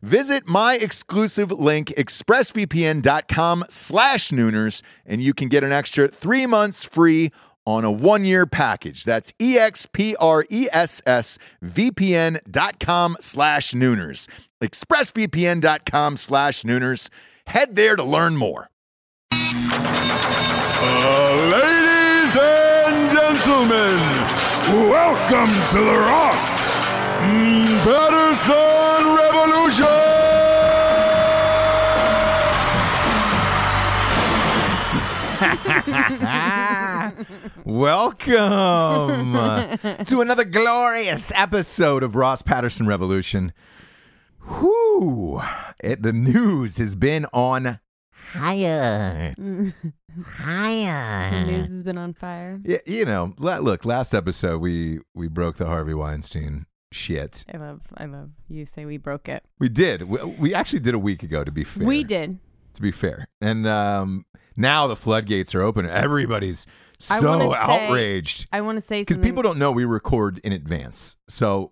Visit my exclusive link, expressvpn.com slash nooners, and you can get an extra three months free on a one-year package. That's E expressvpn.com slash nooners. expressvpn.com slash nooners. Head there to learn more. Ladies and gentlemen, welcome to the Ross Patterson Revolution. Welcome to another glorious episode of Ross Patterson Revolution. Whoo! It, the news has been on higher. The higher. news has been on fire. Yeah, you know, la- look, last episode we we broke the Harvey Weinstein shit. I love, I love you say we broke it. We did. We, we actually did a week ago to be fair. We did. To be fair. And um now the floodgates are open. Everybody's I wanna so say- outraged. I want to say because something. people don't know we record in advance. So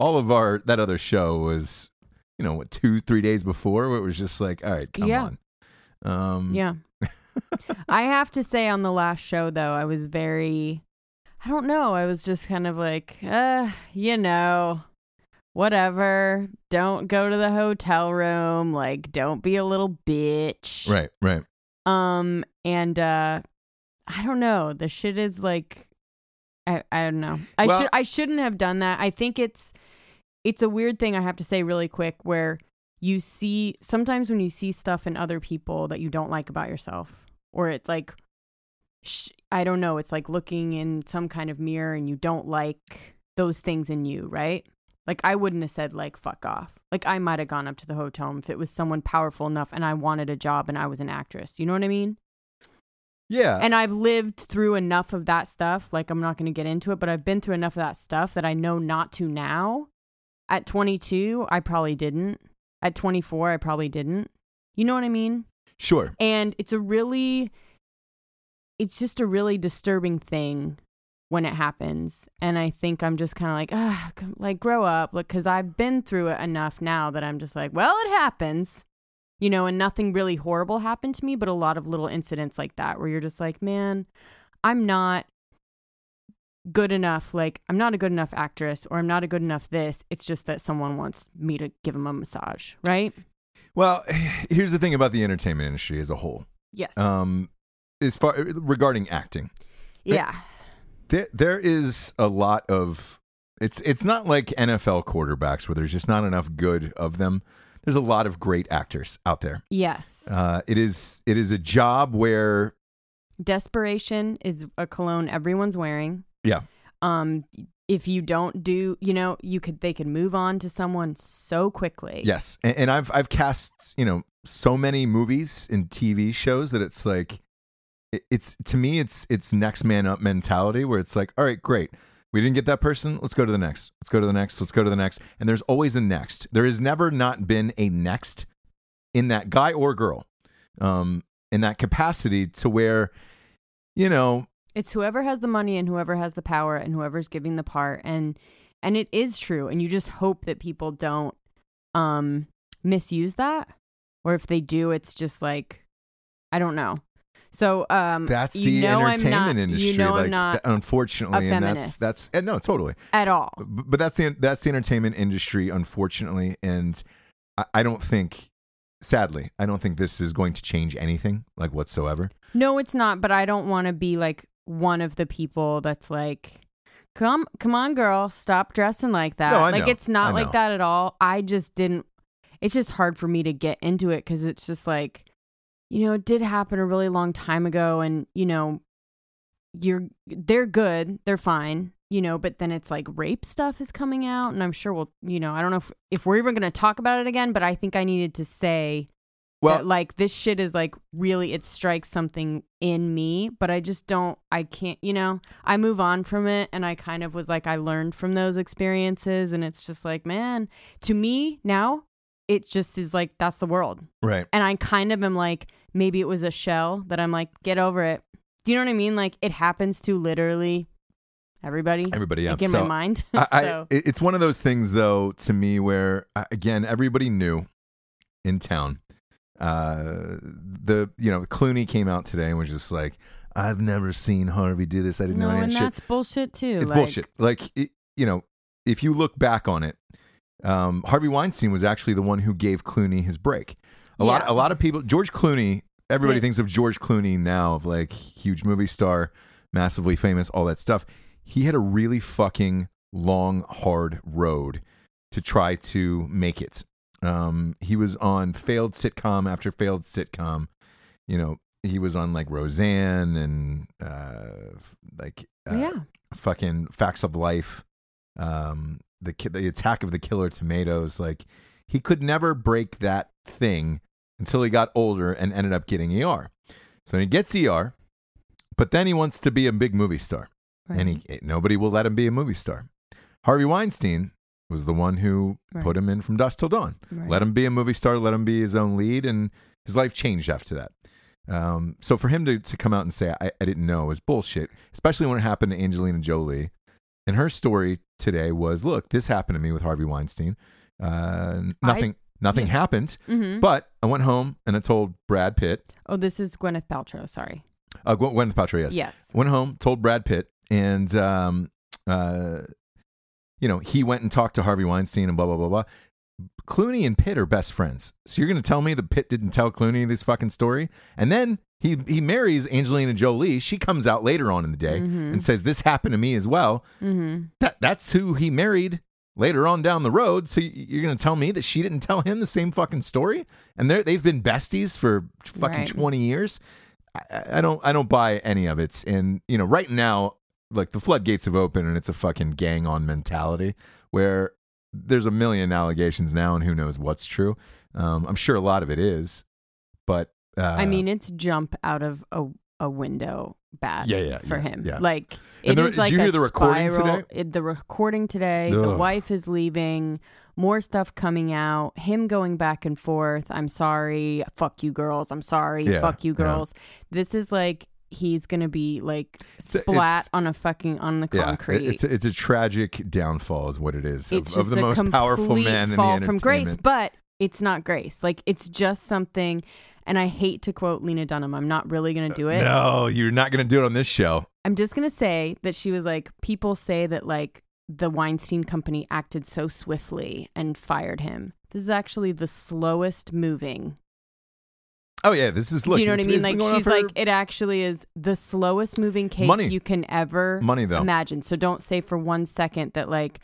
all of our that other show was, you know, what two three days before where it was just like, all right, come Yeah. on. Um, Yeah. I have to say on the last show though, I was very, I don't know. I was just kind of like, uh, you know, whatever. Don't go to the hotel room. Like, don't be a little bitch. Right. Right. Um, and uh, I don't know. The shit is like, I I don't know. I Well- should I shouldn't have done that. I think it's it's a weird thing I have to say really quick where you see sometimes when you see stuff in other people that you don't like about yourself or it like sh- I don't know, it's like looking in some kind of mirror and you don't like those things in you, right? Like I wouldn't have said like fuck off. Like I might have gone up to the hotel room if it was someone powerful enough and I wanted a job and I was an actress. You know what I mean? Yeah. And I've lived through enough of that stuff. Like, I'm not going to get into it, but I've been through enough of that stuff that I know not to now. At 22, I probably didn't. At 24, I probably didn't. You know what I mean? sure. And it's a really, it's just a really disturbing thing when it happens. And I think I'm just kind of like, ah, c- like grow up. Like, cause I've been through it enough now that I'm just like, well, it happens, you know, and nothing really horrible happened to me, but a lot of little incidents like that where you're just like, man, I'm not good enough. Like, I'm not a good enough actress or I'm not a good enough this. It's just that someone wants me to give them a massage, right? Well, here's the thing about the entertainment industry as a whole. Yes. Um, as far regarding acting, yeah. there, there is a lot of it's it's not like NFL quarterbacks where there's just not enough good of them. There's a lot of great actors out there. yes. Uh, it is it is a job where desperation is a cologne everyone's wearing yeah um if you don't do you know you could they could move on to someone so quickly yes, and, and I've I've cast you know so many movies and TV shows that it's like it- it's to me it's it's next man up mentality where it's like all right great we didn't get that person let's go to the next let's go to the next let's go to the next and there's always a next there has never not been a next in that guy or girl um in that capacity to where you know it's whoever has the money and whoever has the power and whoever's giving the part and and it is true and you just hope that people don't um misuse that or if they do it's just like i don't know so um that's you the know entertainment I'm not, industry you know like i'm not th- unfortunately a and that's feminist. that's and no totally at all B- but that's the that's the entertainment industry, unfortunately, and I, I don't think, sadly, I don't think this is going to change anything like whatsoever. No, it's not, but I don't want to be like one of the people that's like come come on girl, stop dressing like that. No, I like know. it's I not know. like that at all. I just didn't it's just hard for me to get into it cuz it's just like you know, it did happen a really long time ago and you know you're they're good, they're fine. You know, but then it's like rape stuff is coming out, and I'm sure we'll, you know, I don't know if, if we're even going to talk about it again, but I think I needed to say Well, that, like this shit is like really it strikes something in me but i just don't i can't you know i move on from it and i kind of was like i learned from those experiences and it's just like man to me now it just is like that's the world right, and i kind of am like maybe it was a shell that i'm like get over it do you know what i mean like it happens to literally everybody everybody. Yeah. like in so my mind I, I, so it- it's one of those things, though, to me, where uh, again, everybody knew in town. Uh, the you know Clooney came out today and was just like, I've never seen Harvey do this. I didn't no know any of and that shit. that's bullshit too It's like, bullshit. Like it, you know, if you look back on it, um, Harvey Weinstein was actually the one who gave Clooney his break. A lot, a Yeah. lot of people. George Clooney. Everybody Yeah. thinks of George Clooney now of like huge movie star, massively famous, all that stuff. He had a really fucking long, hard road to try to make it. Um, he was on failed sitcom after failed sitcom. You know, he was on like Roseanne and uh, like uh, yeah fucking Facts of Life, um, the ki- the Attack of the Killer Tomatoes. Like he could never break that thing until he got older and ended up getting ER. So he gets ER, but then he wants to be a big movie star, and he eh, nobody will let him be a movie star. Harvey Weinstein was the one who Right. put him in from dusk till dawn. Right. Let him be a movie star. Let him be his own lead, and his life changed after that. Um, so for him to, to come out and say I, I didn't know is bullshit, especially when it happened to Angelina Jolie. And her story today was, look, this happened to me with Harvey Weinstein. Uh, nothing, nothing happened. Mhm. But I went home and I told Brad Pitt, oh this is gwyneth paltrow sorry uh, Gwen- Gwyneth Paltrow, yes, yes went home, told Brad Pitt, and um, uh, you know he went and talked to Harvey Weinstein and blah blah blah blah. Clooney and Pitt are best friends, so you're going to tell me that Pitt didn't tell Clooney this fucking story? And then he he marries Angelina Jolie. She comes out later on in the day and says this happened to me as well. Mm-hmm. That that's who he married later on down the road. So y- you're going to tell me that she didn't tell him the same fucking story? And they they've been besties for fucking Right. 20 years. I- I, I don't I don't buy any of it. And you know, right now, like the floodgates have opened, and it's a fucking gang on mentality where there's a million allegations now, and who knows what's true. Um, I'm sure a lot of it is, but uh, I mean, it's jump out of a a window bad Yeah, yeah, for yeah, him. yeah. Like And it there- is did like you a hear the recording spiral. today? It, the recording today, the Ugh. wife is leaving, more stuff coming out, him going back and forth. I'm sorry, fuck you girls. I'm sorry, Yeah, fuck you yeah. girls. This is like he's gonna be like a- splat it's- on a fucking on the uh, yeah, concrete. it- it's a, it's a tragic downfall, is what it is of, it's of just the a most complete powerful man in the fall entertainment. from grace but it's not grace like it's just something and i hate to quote lena dunham i'm not really gonna do Uh, it No, you're not going to do it on this show. i'm just gonna say that she was like people say that like the weinstein company acted so swiftly and fired him this is actually the slowest moving Oh yeah, this is look. do you know what it's- i mean it's like been going on she's for like it actually is the slowest moving case Money. you can ever money though. imagine. So don't say for one second that like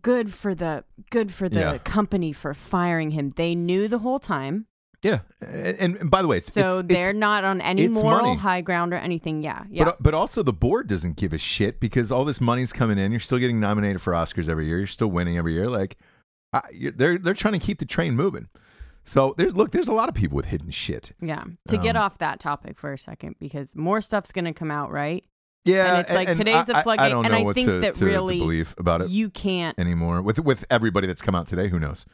good for the good for the Yeah. company for firing him. They knew the whole time. Yeah, and, and by the way, it's, So it's- it's- they're not on any it's moral money. high ground or anything. Yeah. Yeah. But, uh, but also the board doesn't give a shit because all this money's coming in. You're still getting nominated for Oscars every year. You're still winning every year. Like I, you're, they're they're trying to keep the train moving. So there's look, there's a lot of people with hidden shit. yeah. To get Um, off that topic for a second because more stuff's going to come out, right? Yeah, And it's like, today's the I- I- I, floodgate, don't and know I what think to, that to- to really believe about it You can't. anymore with with everybody that's come out today. Who knows?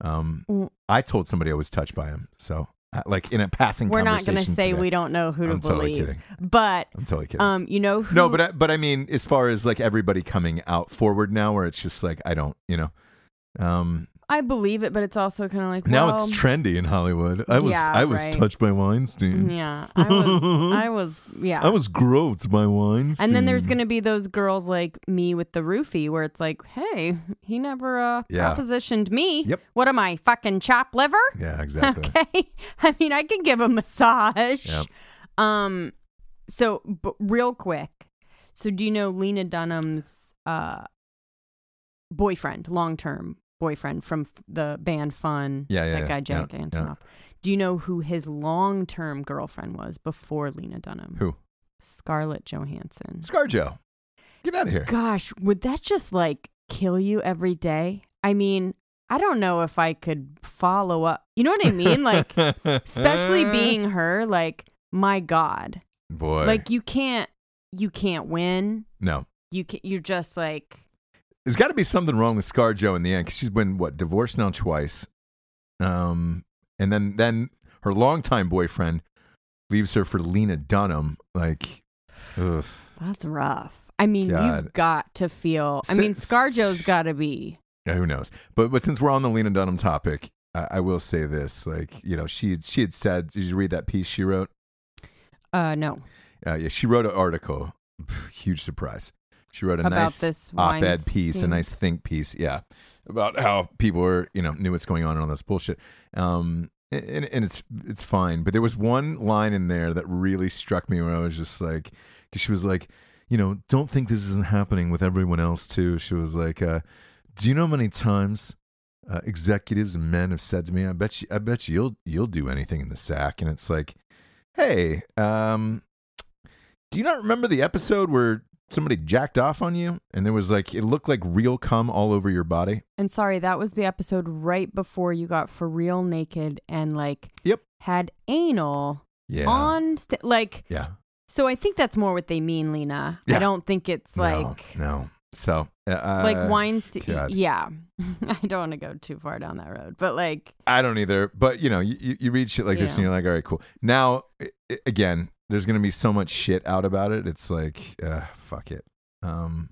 Um, Mm. I told somebody I was touched by him. So I- like in a passing, We're not going going to say we don't know who to I'm totally believe. kidding. But I'm totally kidding. um you know who No, but I, but I mean, as far as like everybody coming out forward now, where it's just like I don't, you know, um, I believe it, but it's also kind of like now well, it's trendy in Hollywood. I was yeah, I was right. touched by Weinstein. Yeah. I was I was yeah. I was groped by Weinstein. And then there's gonna be those girls like me with the roofie, where it's like, hey, he never uh, Yeah. propositioned me. Yep. What am I, fucking chop liver? yeah, exactly. Okay. I mean, I can give a massage. Yep. Um. So, b- real quick. So, do you know Lena Dunham's uh boyfriend, long term boyfriend from f- the band Fun? Yeah, yeah, That yeah, guy Jack yeah, yeah. Antonoff. Do you know who his long term girlfriend was before Lena Dunham? Who? Scarlett Johansson. ScarJo. Get out of here. Gosh, would that just like kill you every day? I mean, I don't know if I could follow up. You know what I mean? Like, especially being her, like, my God, Eh. boy, like you can't, you can't win. no, You can, you're just like, there's got to be something wrong with ScarJo in the end because she's been what divorced now twice, um, and then then her longtime boyfriend leaves her for Lena Dunham. Like, ugh. that's rough. I mean, God. you've got to feel. I Si- mean, ScarJo's got to be. Yeah, who knows? But but since we're on the Lena Dunham topic, I, I will say this: like, you know, she she had said, did you read that piece she wrote? Uh, no, Uh, yeah, she wrote an article. Huge surprise. She wrote a About nice this op-ed Weinstein- piece, a nice think piece, yeah, about how people are, you know, knew what's going on and all this bullshit. Um, and, and it's it's fine, but there was one line in there that really struck me where I was just like, 'cause she was like, you know, don't think this isn't happening with everyone else too. She was like, uh, do you know how many times uh, executives and men have said to me, I bet you, I bet you, you'll you'll do anything in the sack, and it's like, hey, um, do you not remember the episode where somebody jacked off on you and there was like it looked like real cum all over your body? and sorry, that was the episode right before you got for real naked and like, Yep. had anal Yeah. on st- like. yeah. So I think that's more what they mean, Lena. Yeah. I don't think it's like no, no. So uh, like Weinstein. God. Yeah, I don't want to go too far down that road, but like I don't either. But you know, you, you- you read shit like this, and Yeah. you're like, all right, cool. Now, i- i- again, there's gonna be so much shit out about it. It's like, uh, fuck it. Um,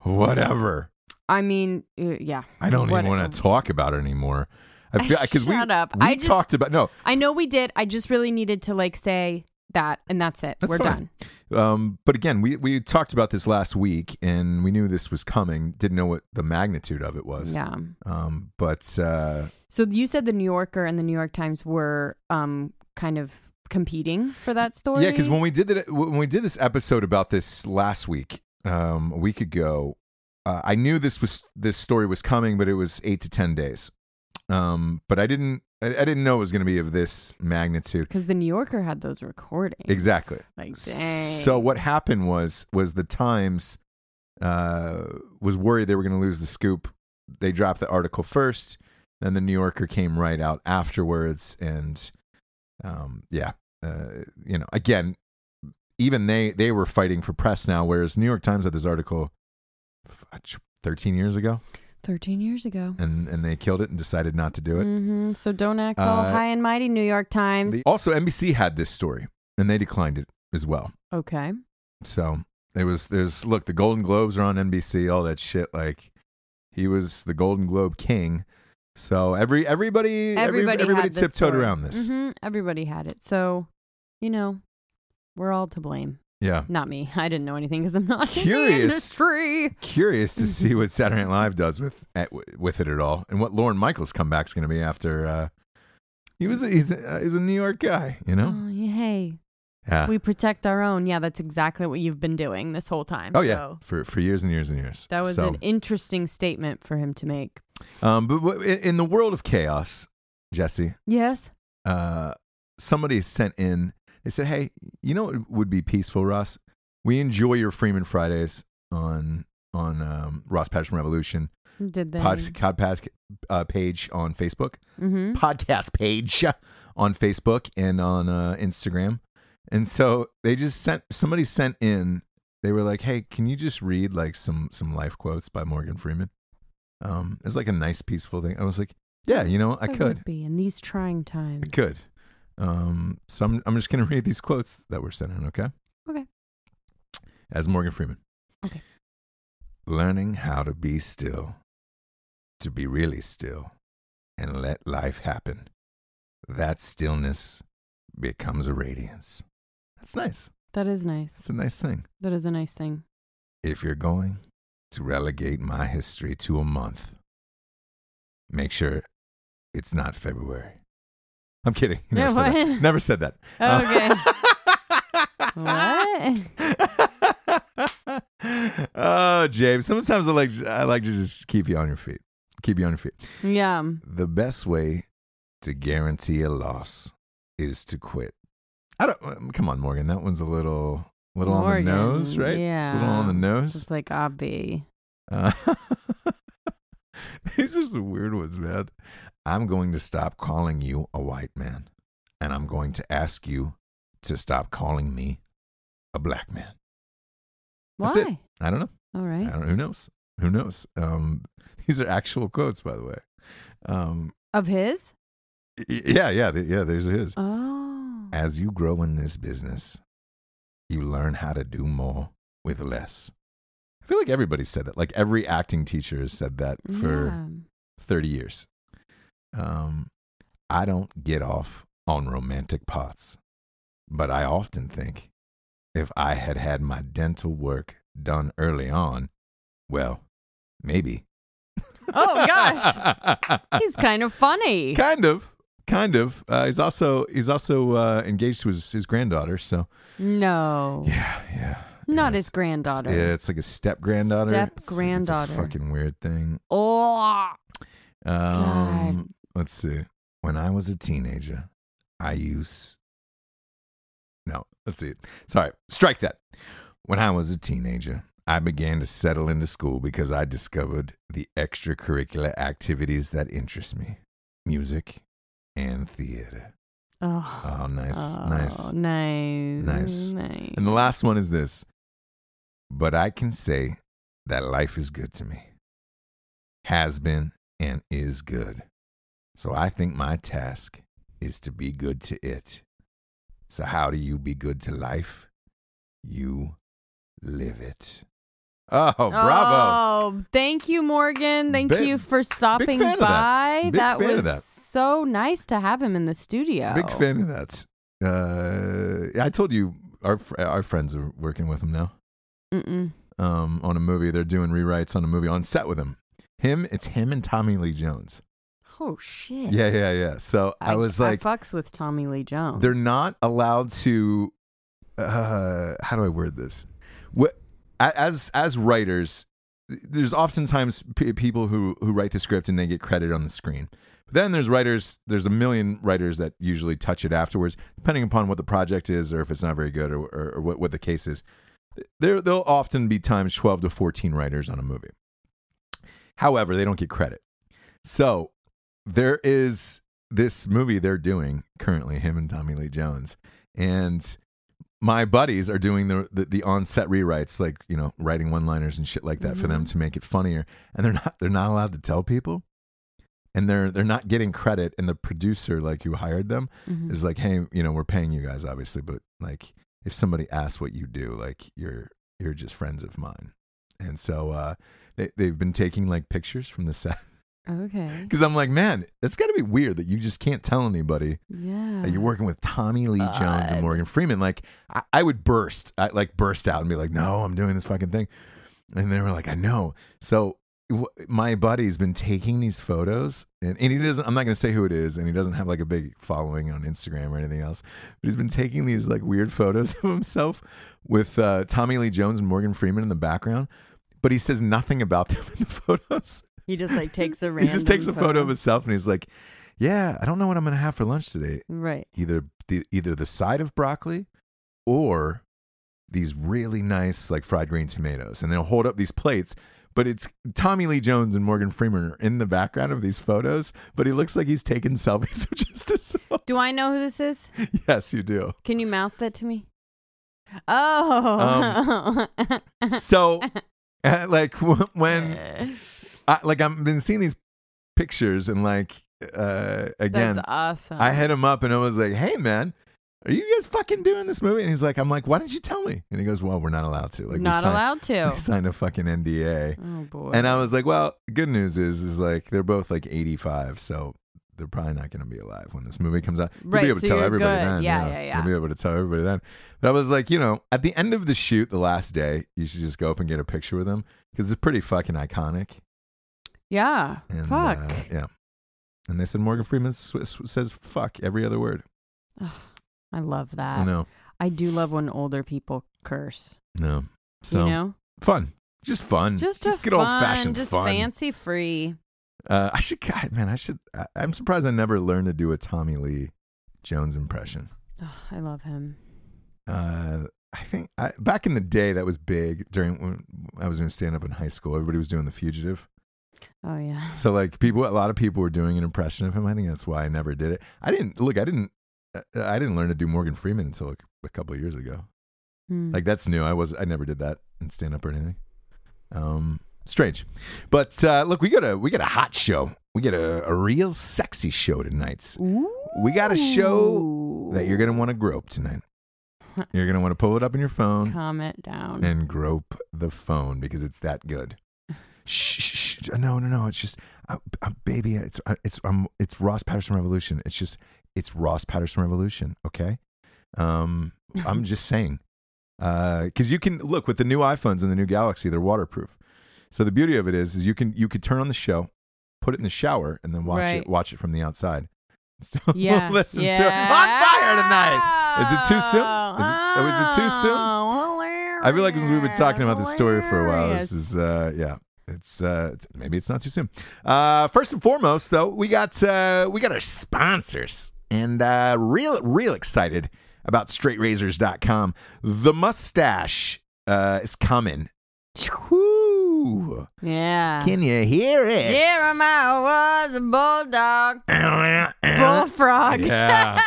whatever. I mean, uh, yeah. I don't What- even want to talk about it anymore. I feel because we Shut up. we I just- talked about no. I know we did. I just really needed to like say that, and that's it. That's We're fine. done. Um, but again, we, we talked about this last week and we knew this was coming, didn't know what the magnitude of it was. Yeah. Um, but uh, So you said the New Yorker and the New York Times were um kind of competing for that story. yeah, because when we did that, when we did this episode about this last week, um, a week ago, uh, I knew this was this story was coming, but it was eight to ten days. Um, but I didn't I, I didn't know it was going to be of this magnitude. Because the New Yorker had those recordings. Exactly. Like, dang. So what happened was was the Times uh, was worried they were going to lose the scoop. They dropped the article first, then the New Yorker came right out afterwards, and um, yeah, uh, you know, again, even they they were fighting for press now, whereas New York Times had this article fudge, thirteen years ago, 13 years ago. and and they killed it and decided not to do it. hmm So don't act all Uh, high and mighty, New York Times. The- also, NBC had this story and they declined it as well. okay. So it was there's look, the Golden Globes are on NBC, all that shit. Like he was the Golden Globe king. So every everybody every- Everybody, everybody had this tiptoed story. around this. Mhm, Everybody had it. So, you know, we're all to blame. Yeah. Not me. I didn't know anything because I'm not in Curious. the industry. Curious to Mm-hmm. see what Saturday Night Live does with at, with it at all, and what Lauren Michaels' comeback's going to be after. Uh, he was he's uh, he's a New York guy, you know. Oh, yeah, hey, Yeah. Mm-hmm. we protect our own. Yeah, that's exactly what you've been doing this whole time. oh yeah. So For for years and years and years. that was so, an interesting statement for him to make. um, but w- in in the world of chaos, Jesse, Yes. uh, somebody sent in. They said, "Hey, you know what would be peaceful, Ross? We enjoy your Freeman Fridays on on um, Ross Patterson Revolution Did they? pod, podcast uh, page on Facebook, hmm podcast page on Facebook and on uh, Instagram." And so they just sent somebody sent in. They were like, "Hey, can you just read like some some life quotes by Morgan Freeman?" Um, it's like a nice, peaceful thing. I was like, "Yeah, you know, I That could." would be in these trying times. It could. Um, so I'm, I'm just going to read these quotes that were sent in, okay? Okay. As Morgan Freeman. Okay. Learning how to be still, to be really still, and let life happen. That stillness becomes a radiance. That's nice. That is nice. It's a nice thing. That is a nice thing. If you're going to relegate my history to a month, make sure it's not February. I'm kidding. He Never, Yeah, said that. what? Never said that. Uh, Okay. what? oh, James. Sometimes I like I like to just keep you on your feet. Keep you on your feet. Yeah. The best way to guarantee a loss is to quit. I don't. um, Come on, Morgan. That one's a little little on Morgan, the nose, right? It's a little on the yeah. nose. It's like obby. Uh, these are some weird ones, man. I'm going to stop calling you a white man, and I'm going to ask you to stop calling me a black man. Why? That's it. Uh, I don't know. All I right. don't. Who knows? Who knows? Um, these are actual quotes, by the way. Um, Of his? y- y- yeah, yeah, th- yeah. There's his. Oh. As you grow in this business, you learn how to do more with less. I feel like everybody said that. Like every acting teacher has said that for. yeah. 30 years. Um, I don't get off on romantic parts, but I often think if I had had my dental work done early on, well, maybe. Oh, gosh. He's kind of funny. kind of, kind of. Uh, he's also he's also uh, engaged to his, his granddaughter. So No. yeah, yeah. Not yeah, his granddaughter. Yeah, it's like a step granddaughter. Step-granddaughter. Fucking weird thing. Oh. Um, let's see. When I was a teenager, I used. No, let's see. Sorry, strike that. When I was a teenager, I began to settle into school because I discovered the extracurricular activities that interest me music and theater. Oh. Oh, nice, Oh, nice. Nice. Nice. Nice. And the last one is this. But I can say that life is good to me, has been and is good. So I think my task is to be good to it. So, how do you be good to life? You live it. Oh, bravo. Oh, thank you, Morgan. Thank Big- you for stopping fan by. of that. Big fan of was that. so nice to have him in the studio. Big fan of that. Uh, I told you our, fr- our friends are working with him now. Mm-mm. um, on a movie. They're doing rewrites on a movie on set with him. Him, it's him and Tommy Lee Jones. Oh shit. Yeah, yeah, yeah. So I, was like, I fucks with Tommy Lee Jones. they're not allowed to. Uh, how do I word this? What, a- as as writers, there's oftentimes p- people who who write the script and they get credit on the screen. But then there's writers. There's a million writers that usually touch it afterwards, depending upon what the project is or if it's not very good or or, or what what the case is. There there'll often be times twelve to fourteen writers on a movie. However, they don't get credit. So there is this movie they're doing currently, him and Tommy Lee Jones, and my buddies are doing the the, the on set rewrites, like you know, writing one liners and shit like that for them to make it funnier. And they're not they're not allowed to tell people, and they're they're not getting credit. And the producer, like who hired them, Mm-hmm. is like, hey, you know, we're paying you guys obviously, but like if somebody asks what you do, like you're you're just friends of mine. And so uh, they they've been taking like pictures from the set Okay. because I'm like, man, it's got to be weird that you just can't tell anybody Yeah. that you're working with Tommy Lee Jones and Morgan Freeman. Like I, I would burst, I like burst out and be like, "No, I'm doing this fucking thing," and they were like, "I know." So w- my buddy's been taking these photos, and, and he doesn't. I'm not going to say who it is, and he doesn't have like a big following on Instagram or anything else. But he's been taking these like weird photos of himself with uh, Tommy Lee Jones and Morgan Freeman in the background. But he says nothing about them in the photos. He just like takes a He random. just takes a photo of himself and he's like, "Yeah, I don't know what I'm going to have for lunch today Right. either the either the side of broccoli or these really nice like fried green tomatoes and they'll hold up these plates but it's Tommy Lee Jones and Morgan Freeman are in the background of these photos but he looks like he's taking selfies of just himself Do I know who this is? yes you do Can you mouth that to me? Um, Oh. so uh, like wh- when I, like I've been seeing these pictures and like uh again That's awesome. I hit him up and I was like, "Hey, man, are you guys fucking doing this movie?" And he's like, "I'm like, why didn't you tell me?" And he goes, "Well, we're not allowed to. Like, we Not signed, allowed to. We signed a fucking NDA." Oh boy. And I was like, "Well, good news is, is like they're both like 85, so they're probably not going to be alive when this movie comes out. You'll Right, be able to so tell you're everybody good. then. Yeah, yeah, yeah. You'll be able to tell everybody then." But I was like, you know, at the end of the shoot, the last day, you should just go up and get a picture with them because it's pretty fucking iconic. yeah. And, Fuck. uh, yeah. And they said Morgan Freeman s- s- says "fuck" every other word. I love that. I know. I do love when older people curse. No. So you know, fun, just fun, just a good fun, old fashioned just fun. fancy free. uh, I should, God, man, I should. I, I'm surprised I never learned to do a Tommy Lee Jones impression. Ugh, I love him. Uh, I think I, back in the day that was big during when I was doing stand up in high school. Everybody was doing The Fugitive, Oh yeah. so like people, a lot of people were doing an impression of him. I think that's why I never did it. I didn't look. I didn't. uh, I didn't learn to do Morgan Freeman until like a couple of years ago. Hmm. Like that's new. I was I never did that in stand up or anything. Um strange. But uh look, we got a we got a hot show. We got a, a real sexy show tonight. We got a show that you're gonna want to grope tonight. You're gonna want to pull it up on your phone calm it down. and grope the phone because it's that good. Shh, shh, shh. No, no, no. It's just, uh, uh, baby. It's uh, it's um, it's Ross Patterson Revolution. It's just, it's Ross Patterson Revolution. Okay. Um, I'm just saying, because you can look with the new iPhones and the new Galaxy, they're waterproof. So the beauty of it is, is you can you could turn on the show, put it in the shower, and then watch Right. it watch it from the outside. So yeah. listen yeah. to it. On fire tonight. Is it too soon? Is it- was it too soon? Oh, I feel like since we've been talking about this hilarious, story for a while, this hilarious. is uh yeah. It's uh it's- maybe it's not too soon. Uh first and foremost though, we got uh we got our sponsors and uh real real excited about straightrazors.com. The mustache uh is coming. Whoo! yeah. Can you hear it? Jeremiah was a bulldog, bullfrog. Yeah.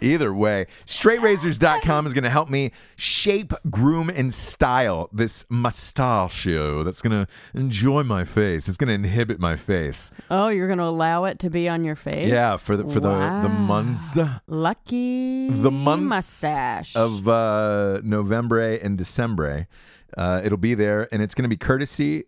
Either way, straightrazors.com is going to help me shape, groom, and style this mustachio that's going to enjoy my face. It's going to inhibit my face. Oh, you're gonna allow it to be on your face? Yeah, for the for the the Wow. months, Lucky the months mustache of uh, November and December, uh, it'll be there, and it's going to be courtesy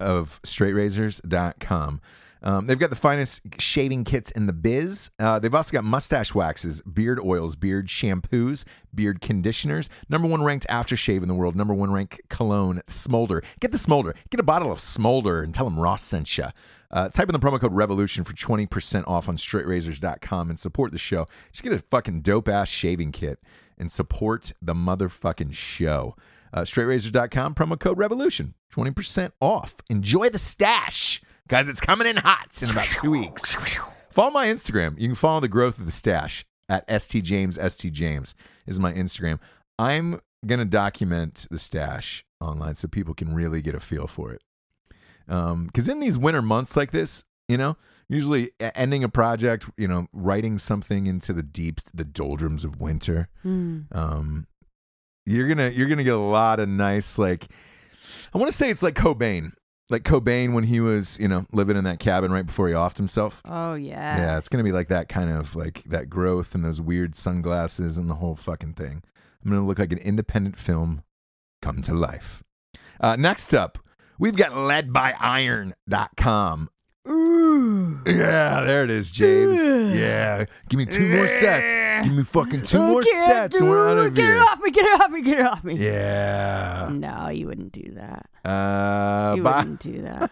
of straightrazors.com. Um, they've got the finest shaving kits in the biz. Uh, they've also got mustache waxes, beard oils, beard shampoos, beard conditioners. Number one ranked aftershave in the world. Number one ranked cologne, Smolder. Get the Smolder. Get a bottle of Smolder and tell them Ross sent you. Uh, type in the promo code REVOLUTION for 20% off on straightrazors.com and support the show. Just get a fucking dope ass shaving kit and support the motherfucking show. Uh, straightrazors.com, promo code revolution, 20% off. Enjoy the stash, guys. It's coming in hot in about two weeks. Follow my Instagram. You can follow the growth of the stash at stjames. Stjames is my Instagram. I'm going to document the stash online so people can really get a feel for it. Because in these winter months like this, you know, usually e- ending a project, you know, writing something into the deep, the doldrums of winter. Hmm. Um, you're gonna you're gonna get a lot of nice like I want to say it's like Cobain, like Cobain when he was you know living in that cabin right before he offed himself. Oh yeah. Yeah, it's gonna be like that kind of like that growth and those weird sunglasses and the whole fucking thing. I'm gonna look like an independent film come to life. Uh, next up, we've got ledbyiron.com. Ooh. Yeah, there it is, James. Yeah. Give me two more sets. Give me fucking two more Get- sets and we're out of Get here. it off me! Get it off me! Get it off me! Yeah. No, you wouldn't do that. Uh, You bye. wouldn't do that.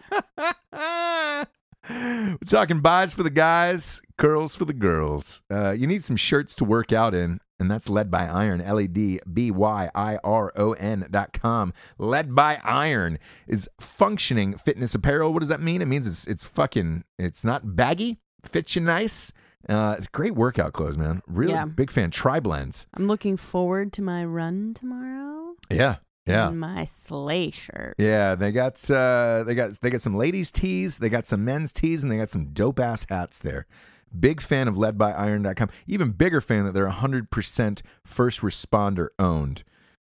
We're talking buys for the guys, curls for the girls. Uh, you need some shirts to work out in, and that's led by iron, L E D B Y I R O N dot com. Led by iron is functioning fitness apparel. What does that mean? It means it's it's fucking it's not baggy, fits you nice. Uh, it's great workout clothes, man. Really Yeah. big fan. Tri blends. I'm looking forward to my run tomorrow. Yeah. And my sleigh shirt. Yeah, they got uh, they got they got some ladies tees, they got some men's tees, and they got some dope ass hats there. Big fan of ledbyiron.com. Even bigger fan that they're 100% first responder owned,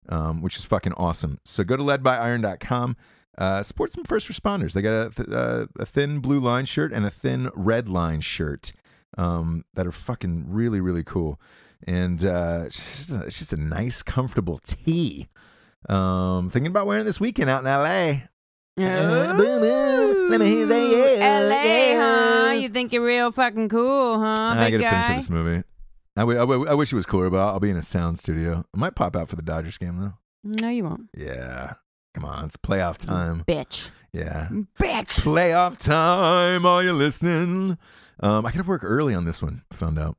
um, which is fucking awesome. So go to ledbyiron.com. Uh, support some first responders. They got a, th- uh, a thin blue line shirt and a thin red line shirt um, that are fucking really, really cool. And uh, it's, just a, it's just a nice, comfortable tee. Um, thinking about wearing this weekend out in LA. Uh, boom, boom. Let me hear that, yeah, LA, yeah. huh? You think you're real fucking cool, huh? I big gotta finish guy? up this movie. I wi- I wi- I wish it was cooler, but I'll, I'll be in a sound studio. I might pop out for the Dodgers game though. No, you won't. Yeah, come on, it's playoff time. Bitch. Yeah, Bitch. playoff time. Are you listening? Um, I gotta work early on this one. I found out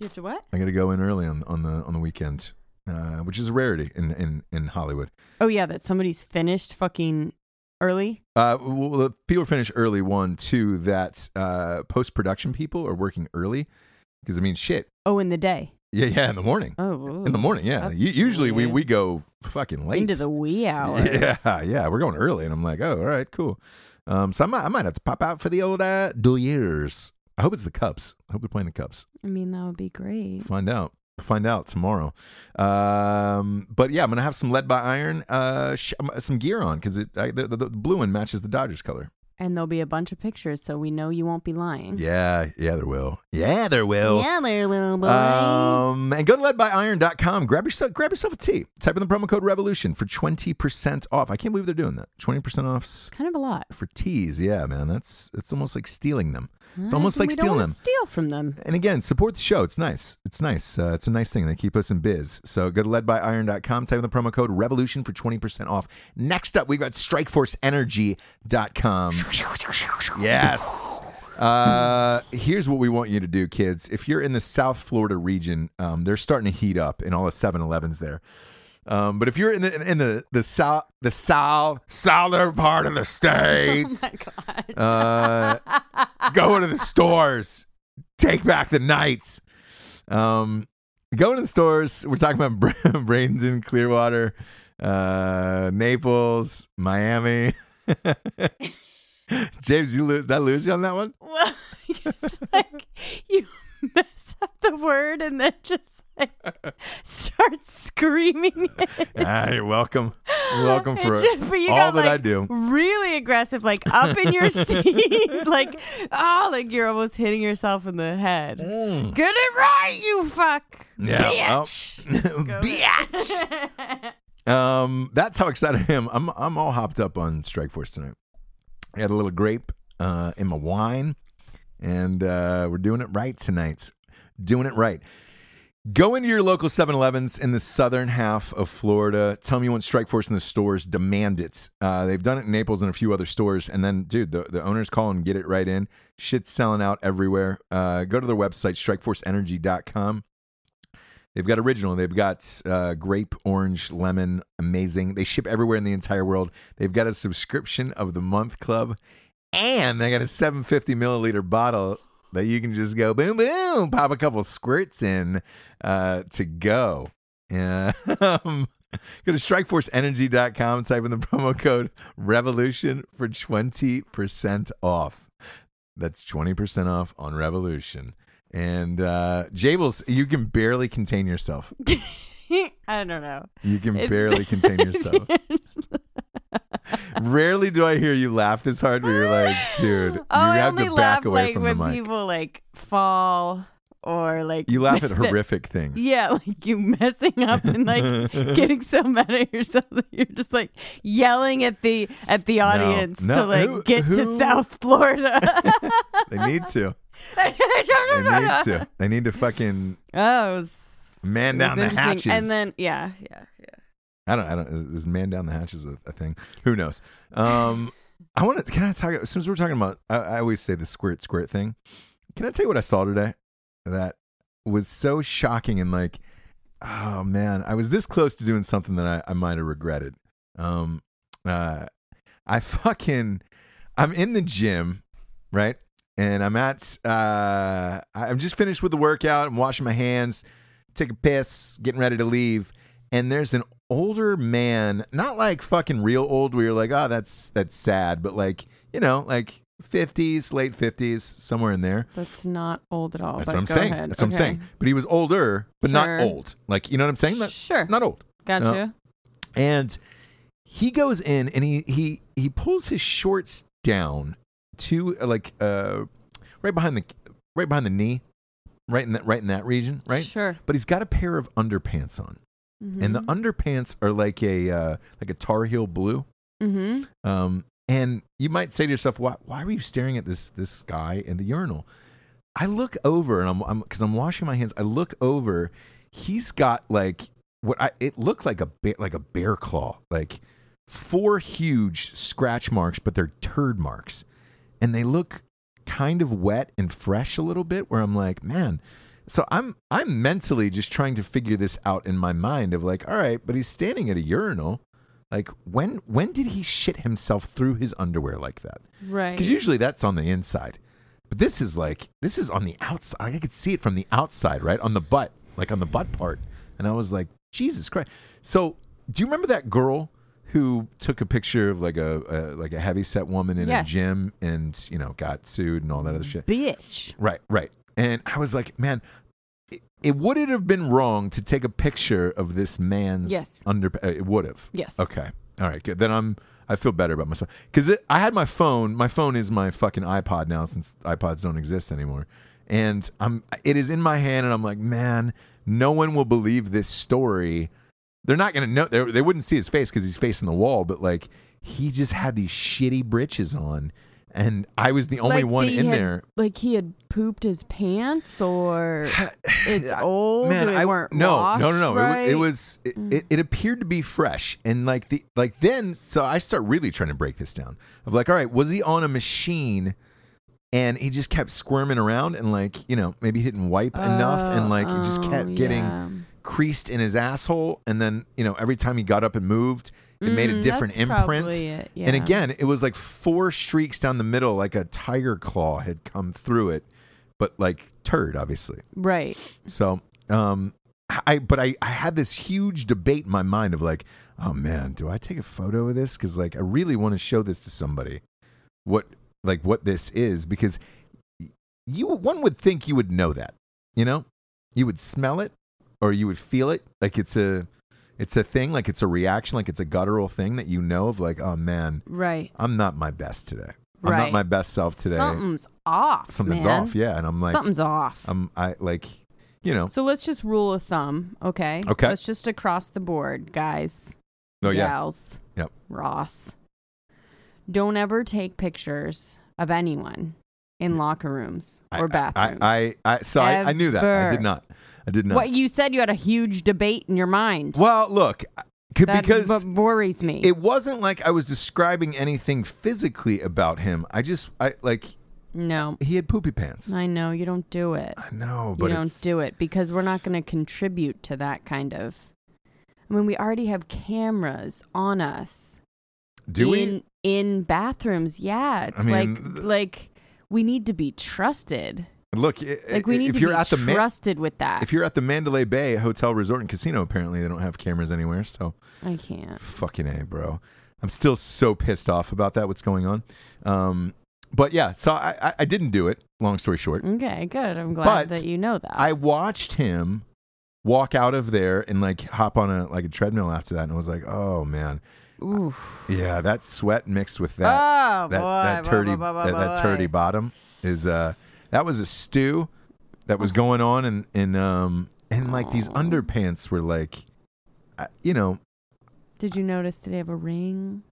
You have to what? I gotta go in early on on the on the weekend, uh, which is a rarity in in in Hollywood. Oh yeah, that somebody's finished fucking early. Uh, well, the people finish early. One, two. That uh, post production people are working early because I mean, shit. Oh, in the day. Yeah, yeah, in the morning. Oh. in the morning. Yeah, that's U- usually we weird. we go fucking late Into the wee hours. Yeah, yeah, we're going early, and I'm like, oh, all right, cool. Um, so I might I might have to pop out for the old uh, dual years. I hope it's the Cubs. I hope they're playing the Cubs. I mean, that would be great. Find out. Find out tomorrow. Um, but yeah, I'm gonna have some lead by iron, uh, sh- um, some gear on because it I, the, the, the blue one matches the Dodgers color. And there'll be a bunch of pictures, so we know you won't be lying. Yeah, yeah, there will. Yeah, there will. Yeah, there, little boy. Um, and go to ledbyiron.com. Grab yourself, grab yourself a tee. Type in the promo code revolution for 20% off. I can't believe they're doing that. 20% off kind of a lot. for tees. Yeah, man. That's, it's almost like stealing them. It's almost like we stealing don't wanna them. Steal from them. And again, support the show. It's nice. It's nice. Uh, it's a nice thing. They keep us in biz. So go to ledbyiron.com, type in the promo code revolution for 20% off. Next up, we've got strikeforceenergy.com. yes. Uh, here's what we want you to do, kids. If you're in the South Florida region, um, they're starting to heat up in all the 7 Elevens there. Um, but if you're in the in the the south the south southern part of the states, uh, go to the stores, take back the nights. Um, go to the stores. We're talking about Bra- Bradenton, Clearwater, uh, Naples, Miami. James, you lo- that lose you on that one? Well, it's like you mess up the word and then just like start screaming it. Ah, you're welcome. You're welcome for It just- but you all got, that like, I do. Really aggressive, like up in your seat, like oh, like you're almost hitting yourself in the head. Get it right, you fuck. Mm. Yeah, well, Bitch. Go bitch. Um, that's how excited I am. I'm I'm all hopped up on Strike Force tonight. I had a little grape uh, in my wine, and uh, we're doing it right tonight. Doing it right. Go into your local 7 Elevens in the southern half of Florida. Tell me you want Strike Force in the stores. Demand it. Uh, they've done it in Naples and a few other stores. And then, dude, the, the owners call and get it right in. Shit's selling out everywhere. Uh, go to their website, strikeforceenergy.com. They've got original. They've got uh, grape, orange, lemon. Amazing. They ship everywhere in the entire world. They've got a subscription of the month club, and they got a 750 milliliter bottle that you can just go boom boom, pop a couple squirts in uh, to go. Yeah. Um, go to strikeforceenergy.com, type in the promo code revolution for 20% off. That's 20% off on Revolution. And uh Jables, you can barely contain yourself. I don't know. You can It's- barely contain yourself. Rarely do I hear you laugh this hard where you're like, dude, you oh, I have only to laugh back away like from the when mic. people like fall or like you laugh at horrific things. Yeah, like you messing up and like getting so mad at yourself that you're just like yelling at the at the audience no, to like who- get who- to South Florida. They need to. They need to. They need to fucking Oh, it was, it man was down the interesting. hatches. And then yeah, yeah, I don't. I don't. Is man down the hatch is a, a thing? Who knows? Um, I want to. Can I talk? Since we're talking about, I, I always say the squirt squirt thing. Can I tell you what I saw today? That was so shocking and like, oh man, I was this close to doing something that I, I might have regretted. Um, uh, I fucking, I'm in the gym, right? And I'm at. Uh, I'm just finished with the workout. I'm washing my hands, take a piss, getting ready to leave and there's an older man, not like fucking real old where you're like, oh, that's that's sad, but like, you know, like 50s, late 50s, somewhere in there. that's not old at all. That's Oh, but what I'm go saying. ahead. That's what Okay. I'm saying. But he was older, but Sure. not old. Like, you know what I'm saying? Not, Sure, not uh, old. gotcha. And he goes in and he he he pulls his shorts down to uh, like uh right behind the right behind the knee, right in that right in that region, right? Sure. But he's got a pair of underpants on and the underpants are like a uh, like a Tar Heel blue. Mm-hmm. Um, and you might say to yourself, why why were you staring at this this guy in the urinal? I look over and I'm I'm because I'm washing my hands. I look over. He's got like what I it looked like a bear, like a bear claw, like four huge scratch marks, but they're turd marks, and they look kind of wet and fresh a little bit. Where I'm like, man. So I'm I'm mentally just trying to figure this out in my mind of like, all right, but he's standing at a urinal. Like when when did he shit himself through his underwear like that? Right. Because usually that's on the inside, but this is like this is on the outside. I could see it from the outside, right on the butt, like on the butt part. And I was like, Jesus Christ! So do you remember that girl who took a picture of like a, a like a heavy set woman in Yes. a gym and you know got sued and all that other shit? Bitch. Right, right. And I was like, man, it, it would it have been wrong to take a picture of this man's Yes. under? uh, It would have. Yes. Okay. All right. Good. Then I'm. I feel better about myself because I had my phone. My phone is my fucking iPod now since iPods don't exist anymore, and I'm. It is in my hand, and I'm like, man, no one will believe this story. They're not gonna know. They they wouldn't see his face because he's facing the wall. But like, he just had these shitty britches on, and I was the only Like one they in had- there. Like he had pooped his pants, or it's I- old. Man, they I weren't no, washed no, no, no. Right? Mm. It, wa- it was it, it, it appeared to be fresh, and like the like then. So I start really trying to break this down. Of like, all right, was he on a machine, and he just kept squirming around, and like you know maybe he didn't wipe enough, and like it just kept Oh, getting yeah. creased in his asshole, and then you know every time he got up and moved, it made a Mm, different that's imprint. probably it, And yeah. again, it was like four streaks down the middle, like a tiger claw had come through it, but like turd, obviously. Right. So, um, I but I I had this huge debate in my mind of like, oh man, do I take a photo of this? Because like I really want to show this to somebody, what like what this is because you one would think you would know that, you know, you would smell it or you would feel it like it's a it's a thing like it's a reaction like it's a guttural thing that you know of like oh man Right. I'm not my best today I'm Right. not my best self today Something's off. something's man. off yeah and I'm like Something's off. I'm I like you know so let's just rule a thumb, okay? Okay. Let's just across the board, guys, oh yeah gals, Yep. Ross. Don't ever take pictures of anyone in locker rooms I- or I- bathrooms. I, I, I so I, I knew that. I did Ever. not. I did not. What you said, you had a huge debate in your mind. well, look, c- that because what worries me. it wasn't like I was describing anything physically about him. I just I like No, He had poopy pants. I know you don't do it. I know, You but don't it's, do it because we're not going to contribute to that kind of. I mean, we already have cameras on us. do we? in, in bathrooms? Yeah, it's like mean, th- like we need to be trusted. Look, i- Like we i- need if to you're be at the Ma- trusted with that. if you're at the Mandalay Bay Hotel Resort and Casino, apparently they don't have cameras anywhere. So I can't. fucking a, bro. I'm still so pissed off about that. What's going on? Um, but yeah, so I, I, I didn't do it. Long story short, Okay, good. I'm glad But that you know that. I watched him walk out of there and like hop on a like a treadmill after that, and I was like, oh man, Oof. yeah, that sweat mixed with that oh that boy, that boy, turdy boy, boy, that, that boy, turdy boy. bottom is uh that was a stew that was going on and and um and like these Aw. underpants were like, uh, you know, Did you notice? Did he have a ring?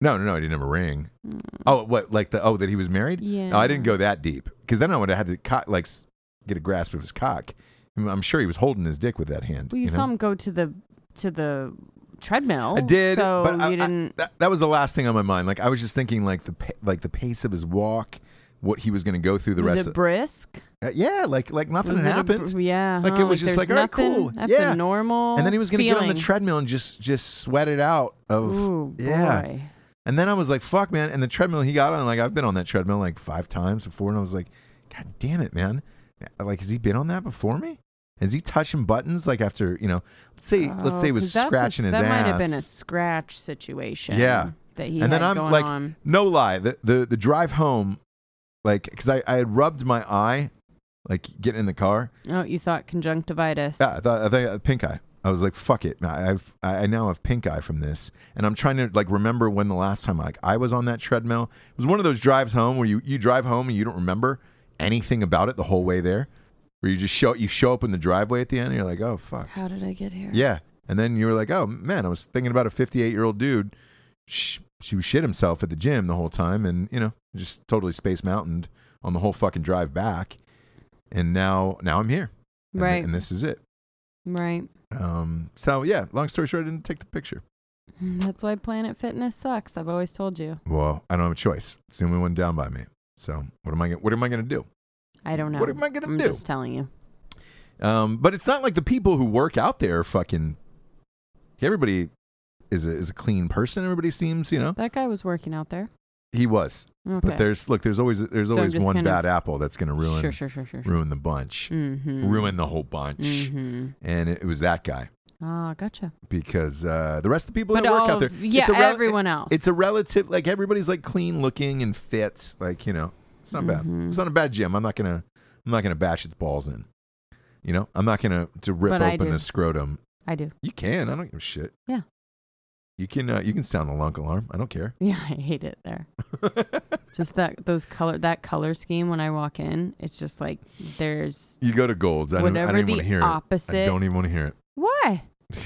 no no no, I didn't have a ring. Mm, Oh, what like the oh that he was married? yeah. No, I didn't go that deep because then I would have had to co- like s- get a grasp of his cock. I mean, I'm sure he was holding his dick with that hand. Well, you, you know? saw him go to the to the treadmill. I did, Oh, So but you I- I- didn't. that, that was the last thing on my mind. Like I was just thinking, like the pa- like the pace of his walk, what he was going to go through the was rest. it of brisk? Uh, Yeah, like like nothing Was had it a br- happened. yeah. Like, huh, it was just there's like, all right, nothing? cool, That's yeah. a normal. and then he was going to get on the feeling. treadmill and just just sweat it out of Ooh, yeah. boy. And then I was like, fuck, man. And the treadmill he got on, like, I've been on that treadmill like five times before. And I was like, God damn it, man. Uh, Like, has he been on that before me? Is he touching buttons? Like, after, you know, let's say, let's Oh, say he was 'cause that's a- scratching his that ass. might have been a scratch situation. Yeah. That he and had then I'm going like, on. no lie, the, the, the drive home, like, because I, I had rubbed my eye, like, getting in the car. oh, you thought conjunctivitis. Yeah, I thought, I think uh, pink eye. I was like, fuck it. I- I've I I now have pink eye from this, and I'm trying to like remember when the last time like I was on that treadmill. It was one of those drives home where you you drive home and you don't remember anything about it the whole way there, where you just show you show up in the driveway at the end and you're like, oh fuck, How did I get here? yeah. And then you were like, oh man, I was thinking about a 58 year old dude. Sh- She was shit himself at the gym the whole time, and you know, just totally space mountained on the whole fucking drive back. And now now I'm here, And th- Right. and this is it. Right. Um, so yeah, long story short, I didn't take the picture. That's why Planet Fitness sucks. I've always told you. Well, I don't have a choice. It's the only one down by me. So what am I? Gonna, what am I going to do? I don't know. What am I gonna Oh, I'm do? just telling you. Um, but it's not like the people who work out there are fucking. Everybody is a, is a clean person. Everybody seems, you know, That guy was working out there. he was. Okay. But there's look, there's always there's So I'm always just one kind of- bad apple that's going to ruin Sure, sure, sure, sure. sure. ruin the bunch, Mm-hmm. ruin the whole bunch. Mm-hmm. And it, it was that guy Ah, gotcha. because uh, the rest of the people But that work all out there, of- yeah, it's a rel- everyone else. it's a relative like everybody's like clean looking and fits like you know it's not bad Mhm. it's not a bad gym i'm not gonna i'm not gonna bash its balls in you know i'm not gonna to rip But I open do. the scrotum I do. you can i don't give a shit Yeah. you can uh, you can sound the lunk alarm i don't care Yeah, I hate it there. just that those color that color scheme when I walk in, it's just like there's you go to golds i don't, I Whatever don't even want the to hear it i opposite- don't even want to hear it why?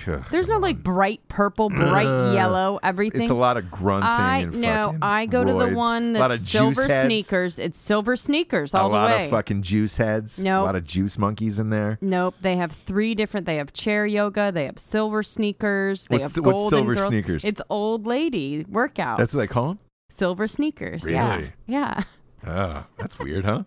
Ugh, There's come no like on. bright purple, bright Ugh. yellow, everything. it's a lot of grunting I and no, fucking I go to roids. the one a lot of that's juice silver heads, sneakers. It's silver sneakers all a lot the way. of fucking juice heads a Nope. lot of juice monkeys in there Nope, they have three different. They have chair yoga. They have silver sneakers. They What's- have what's golden silver girls. sneakers? It's old lady workout. that's what they call them silver sneakers. Yeah, Really? yeah. Ah, that's weird, huh?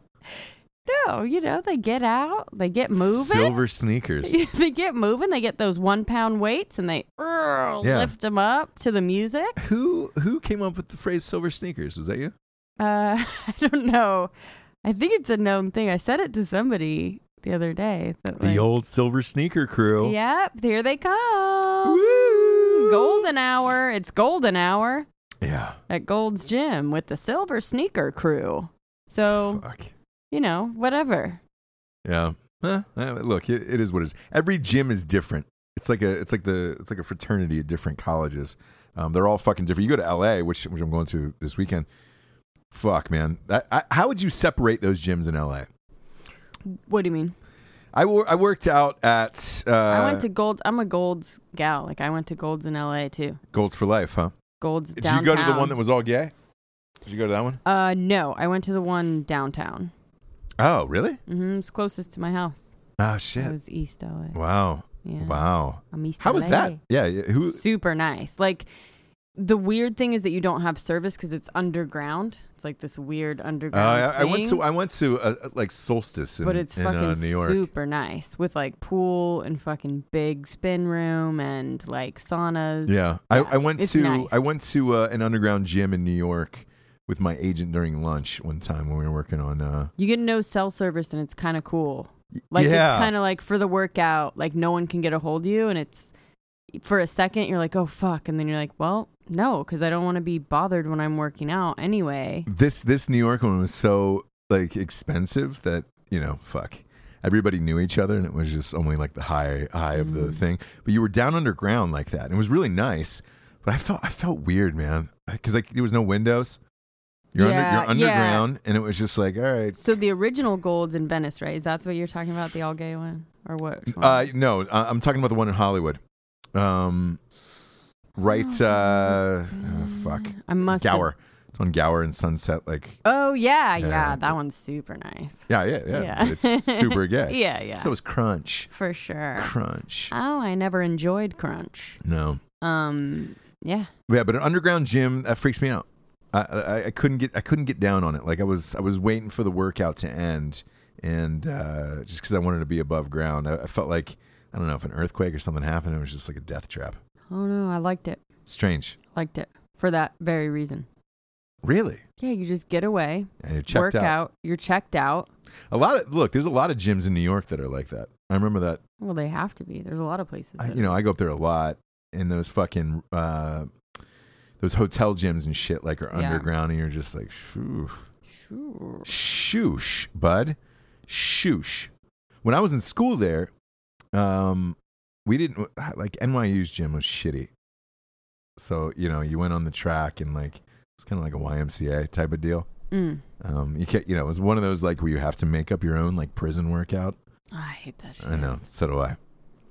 No, you know they get out, they get moving. Silver sneakers. they get moving. They get those one pound weights and they uh, Yeah. lift them up to the music. who who came up with the phrase silver sneakers? Was that you? Uh, I don't know. I think it's a known thing. I said it to somebody the other day. that, like, The old silver sneaker crew. Yep, here they come. Woo! Golden hour. It's golden hour Yeah. at Gold's Gym with the Silver Sneaker Crew. So Fuck. you know, whatever. Yeah. Huh? Uh, Look, it, it is what it is. Every gym is different. It's like a it's like the it's like a fraternity at different colleges. Um, they're all fucking different. You go to L.A., which which I'm going to this weekend. Fuck, man. I, I, how would you separate those gyms in L.A.? What do you mean? I wor- I worked out at uh, I went to Gold's. I'm a Gold's gal. Like I went to Gold's in L.A. too. Golds for Life, huh? Gold's Did downtown. you go to the one that was all gay? Did you go to that one? Uh, no, I went to the one downtown. Oh, really? Mm-hmm, it's closest to my house. Oh It shit! was East LA. Wow, Yeah. wow. I'm East How LA. was that? Yeah, yeah, who? Super nice. Like the weird thing is that you don't have service because it's underground. It's like this weird Uh, underground. I, I went thing, to I went to uh, like solstice, in, but it's in, fucking uh, New York. super nice with like pool and fucking big spin room and like saunas. Yeah, I, I went it's to nice. I went to uh, an underground gym in New York with my agent during lunch one time when we were working on. Uh, You get no cell service and it's kind of cool. Like yeah. it's kind of like for the workout, like no one can get a hold of you, and it's for a second you're like, oh fuck, and then you're like, well, no, because I don't want to be bothered when I'm working out anyway. this this New York one was so like expensive that you know fuck everybody knew each other and it was just only like the high high of Mm. the thing. But you were down underground like that. And it was really nice, but I felt I felt weird, man, because like there was no windows. You're, Yeah, under, you're yeah. underground, and it was just like, all right. So the original Gold's in Venice, right? Is that what you're talking about? The all gay one, or what? Uh, no, I- I'm talking about the one in Hollywood. Um, right, uh, oh, fuck, I must. have- Gower. It's on Gower and Sunset. Like, Oh yeah, yeah, Yeah. that one's super nice. yeah, yeah, yeah. Yeah. but It's super gay. Yeah, yeah, So is Crunch. for sure. Crunch. Oh, I never enjoyed crunch. No. Um, yeah, Yeah, but an underground gym that freaks me out. I, I I couldn't get I couldn't get down on it. Like I was I was waiting for the workout to end, and uh, just because I wanted to be above ground, I, I felt like I don't know if an earthquake or something happened. It was just like a death trap. oh no, I liked it. Strange. Liked it for that very reason. Really. Yeah, you just get away, And you're checked work out. You're checked out. A lot of look, there's a lot of gyms in New York that are like that. I remember that. Well, they have to be. There's a lot of places. I, that- you know, I go up there a lot, and those fucking uh, those hotel gyms and shit like are Yeah. underground, and you're just like, shoo, sure. shoosh, bud, shoosh. When I was in school there, um, we didn't like NYU's gym was shitty, so you know, you went on the track and like it's kind of like a YMCA type of deal. Mm. Um, you can't, you know, it was one of those like where you have to make up your own like prison workout. Oh, I hate that shit. I know. So do I.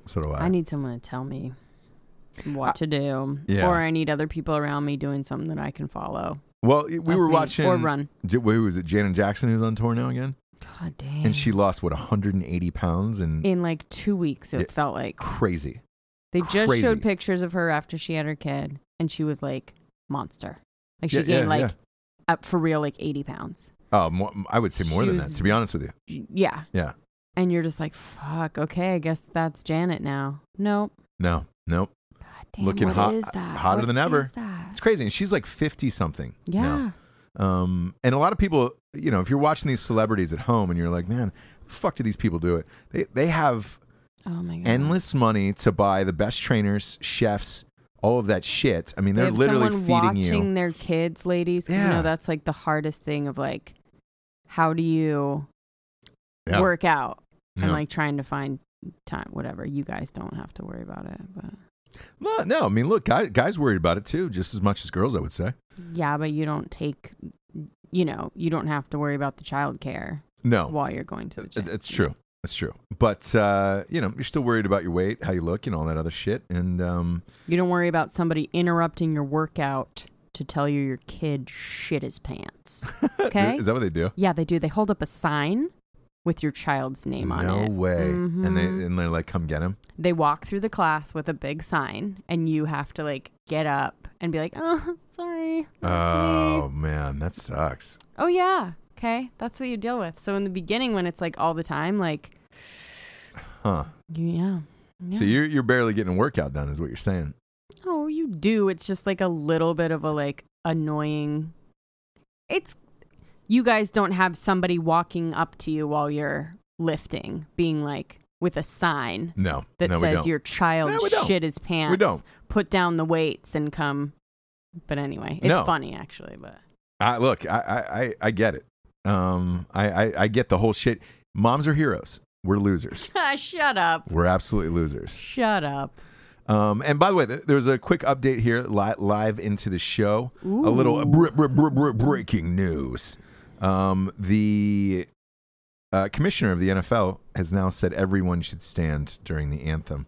So do I. I need someone to tell me what to do, yeah. or I need other people around me doing something that I can follow. well, we were That's me. watching. or run. J- who was it? Janet Jackson who's on tour now again, God damn. and she lost what 180 pounds and in like two weeks, it Yeah. felt like crazy. they just Crazy. showed pictures of her after she had her kid, and she was like monster. Like she Yeah, gained yeah, like yeah. up for real, like eighty pounds. Oh, more, I would say more She than was- that. To be honest with you, Yeah. Yeah. And you're just like, fuck. Okay, I guess that's Janet now. Nope. no, no, God damn, Looking what hot- is that? hotter What than ever. is that? it's crazy. And she's like 50 something. Yeah. now. Um, and a lot of people, you know, if you're watching these celebrities at home and you're like, man, the fuck do these people do it? They they have Oh my god. endless money to buy the best trainers, chefs, all of that shit. I mean, They they're have literally someone feeding you. watching their kids, ladies. 'cause You Yeah. know that's like the hardest thing of like, how do you Yeah. work out Yeah. and like trying to find time. Whatever. You guys don't have to worry about it, but No, no. I mean, look, guys, guys worried about it too, just as much as girls, I would say. yeah, but you don't take. You know, you don't have to worry about the child care No, while you're going to the it- gym. it's true. It's true. But uh, you know, you're still worried about your weight, how you look, and all that other shit. And um, You don't worry about somebody interrupting your workout to tell you your kid shit his pants. Okay? is that what they do? yeah, they do. They hold up a sign with your child's name on no it. way. And they Mhm. and they're like, "Come get him." They walk through the class with a big sign, and you have to like get up and be like, "Oh, sorry, that's me." Oh man, that sucks. Oh yeah. Okay. That's what you deal with. So in the beginning when it's like all the time, like Huh? yeah. yeah. So you're you're barely getting a workout done, is what you're saying? oh, you do. It's just like a little bit of a like annoying It's you guys don't have somebody walking up to you while you're lifting, being like with a sign No, that no, we says don't. your child No, we don't. shit his pants. don't. Put down the weights and come but anyway, it's No. funny actually, but I, look, I, I I I get it. Um, I, I I get the whole shit. Moms are heroes. We're losers. shut up. We're absolutely losers. Shut up. Um, and by the way, th- there's a quick update here li- live into the show. A little br- br- br- br- breaking news. Um, the uh, commissioner of the NFL has now said everyone should stand during the anthem.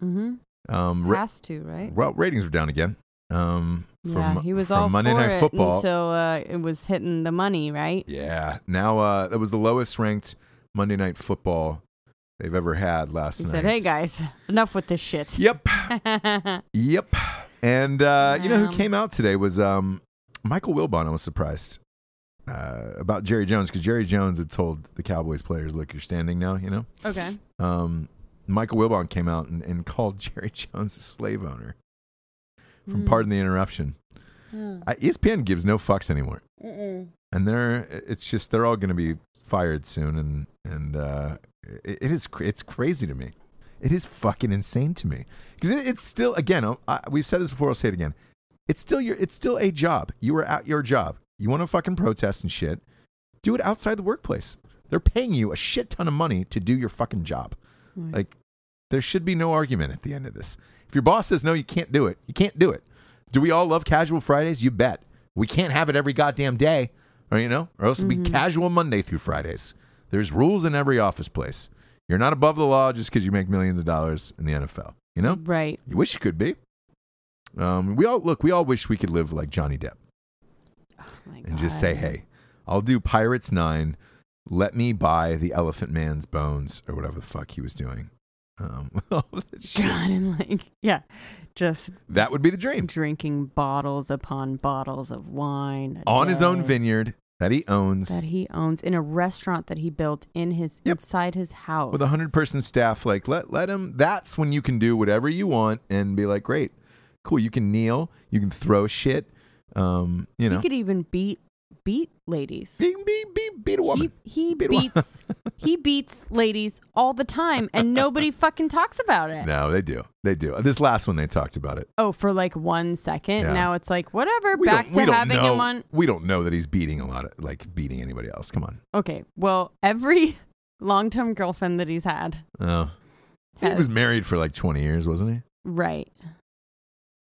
Mm-hmm. Um, ra- Has to, right? well, ratings are down again. Um, yeah, from he was from all Monday for Night it Football. until uh, it was hitting the money, right? yeah, now uh, that was the lowest ranked Monday Night Football they've ever had last He night. said, "Hey guys, enough with this shit." Yep. Yep. And uh, you know who Um. came out today was um, Michael Wilbon. I was surprised uh, about Jerry Jones because Jerry Jones had told the Cowboys players, "Look, you're standing now." You know, Okay. um, Michael Wilbon came out and, and called Jerry Jones a slave owner Mm. from Pardon the Interruption. I, E ESPN gives no fucks anymore, and they're it's just they're all going to be fired soon, and and uh, it, it is cra- it's crazy to me. It is fucking insane to me because it, it's still again I, I, we've said this before. I'll say it again. It's still your it's still a job. You are at your job. You want to fucking protest and shit. Do it outside the workplace. They're paying you a shit ton of money to do your fucking job. Like there should be no argument at the end of this. If your boss says no, you can't do it. You can't do it. Do we all love casual Fridays? You bet. We can't have it every goddamn day, or you know, or else it'll be casual Monday through Fridays. There's rules in every office place. You're not above the law just because you make millions of dollars in the NFL. You know, Right. you wish you could be. Um, we all look. We all wish we could live like Johnny Depp Oh My and just God. say, "Hey, I'll do Pirates Nine. Let me buy the Elephant Man's bones or whatever the fuck he was doing." Um, all that shit. God, and like, yeah, just That would be the dream drinking bottles upon bottles of wine a on his own day vineyard that he owns that he owns in a restaurant that he built in his Yep. inside his house with a hundred person staff. Like let let him. That's when you can do whatever you want and be like, "Great, cool." You can kneel. You can throw shit. Um, you know, He could even beat beat ladies. be, be, be, beat a woman. He he Beat a woman. beats he beats ladies all the time, and nobody fucking talks about it. No, they do. They do. This last one they talked about it. Oh, for like one second. Yeah. Now it's like whatever. We back don't, we to don't having know. him on. We don't know that he's beating a lot of like beating anybody else. Come on. Okay. Well, every long term girlfriend that he's had, Oh. He Yes. was married for like 20 years, wasn't he? right?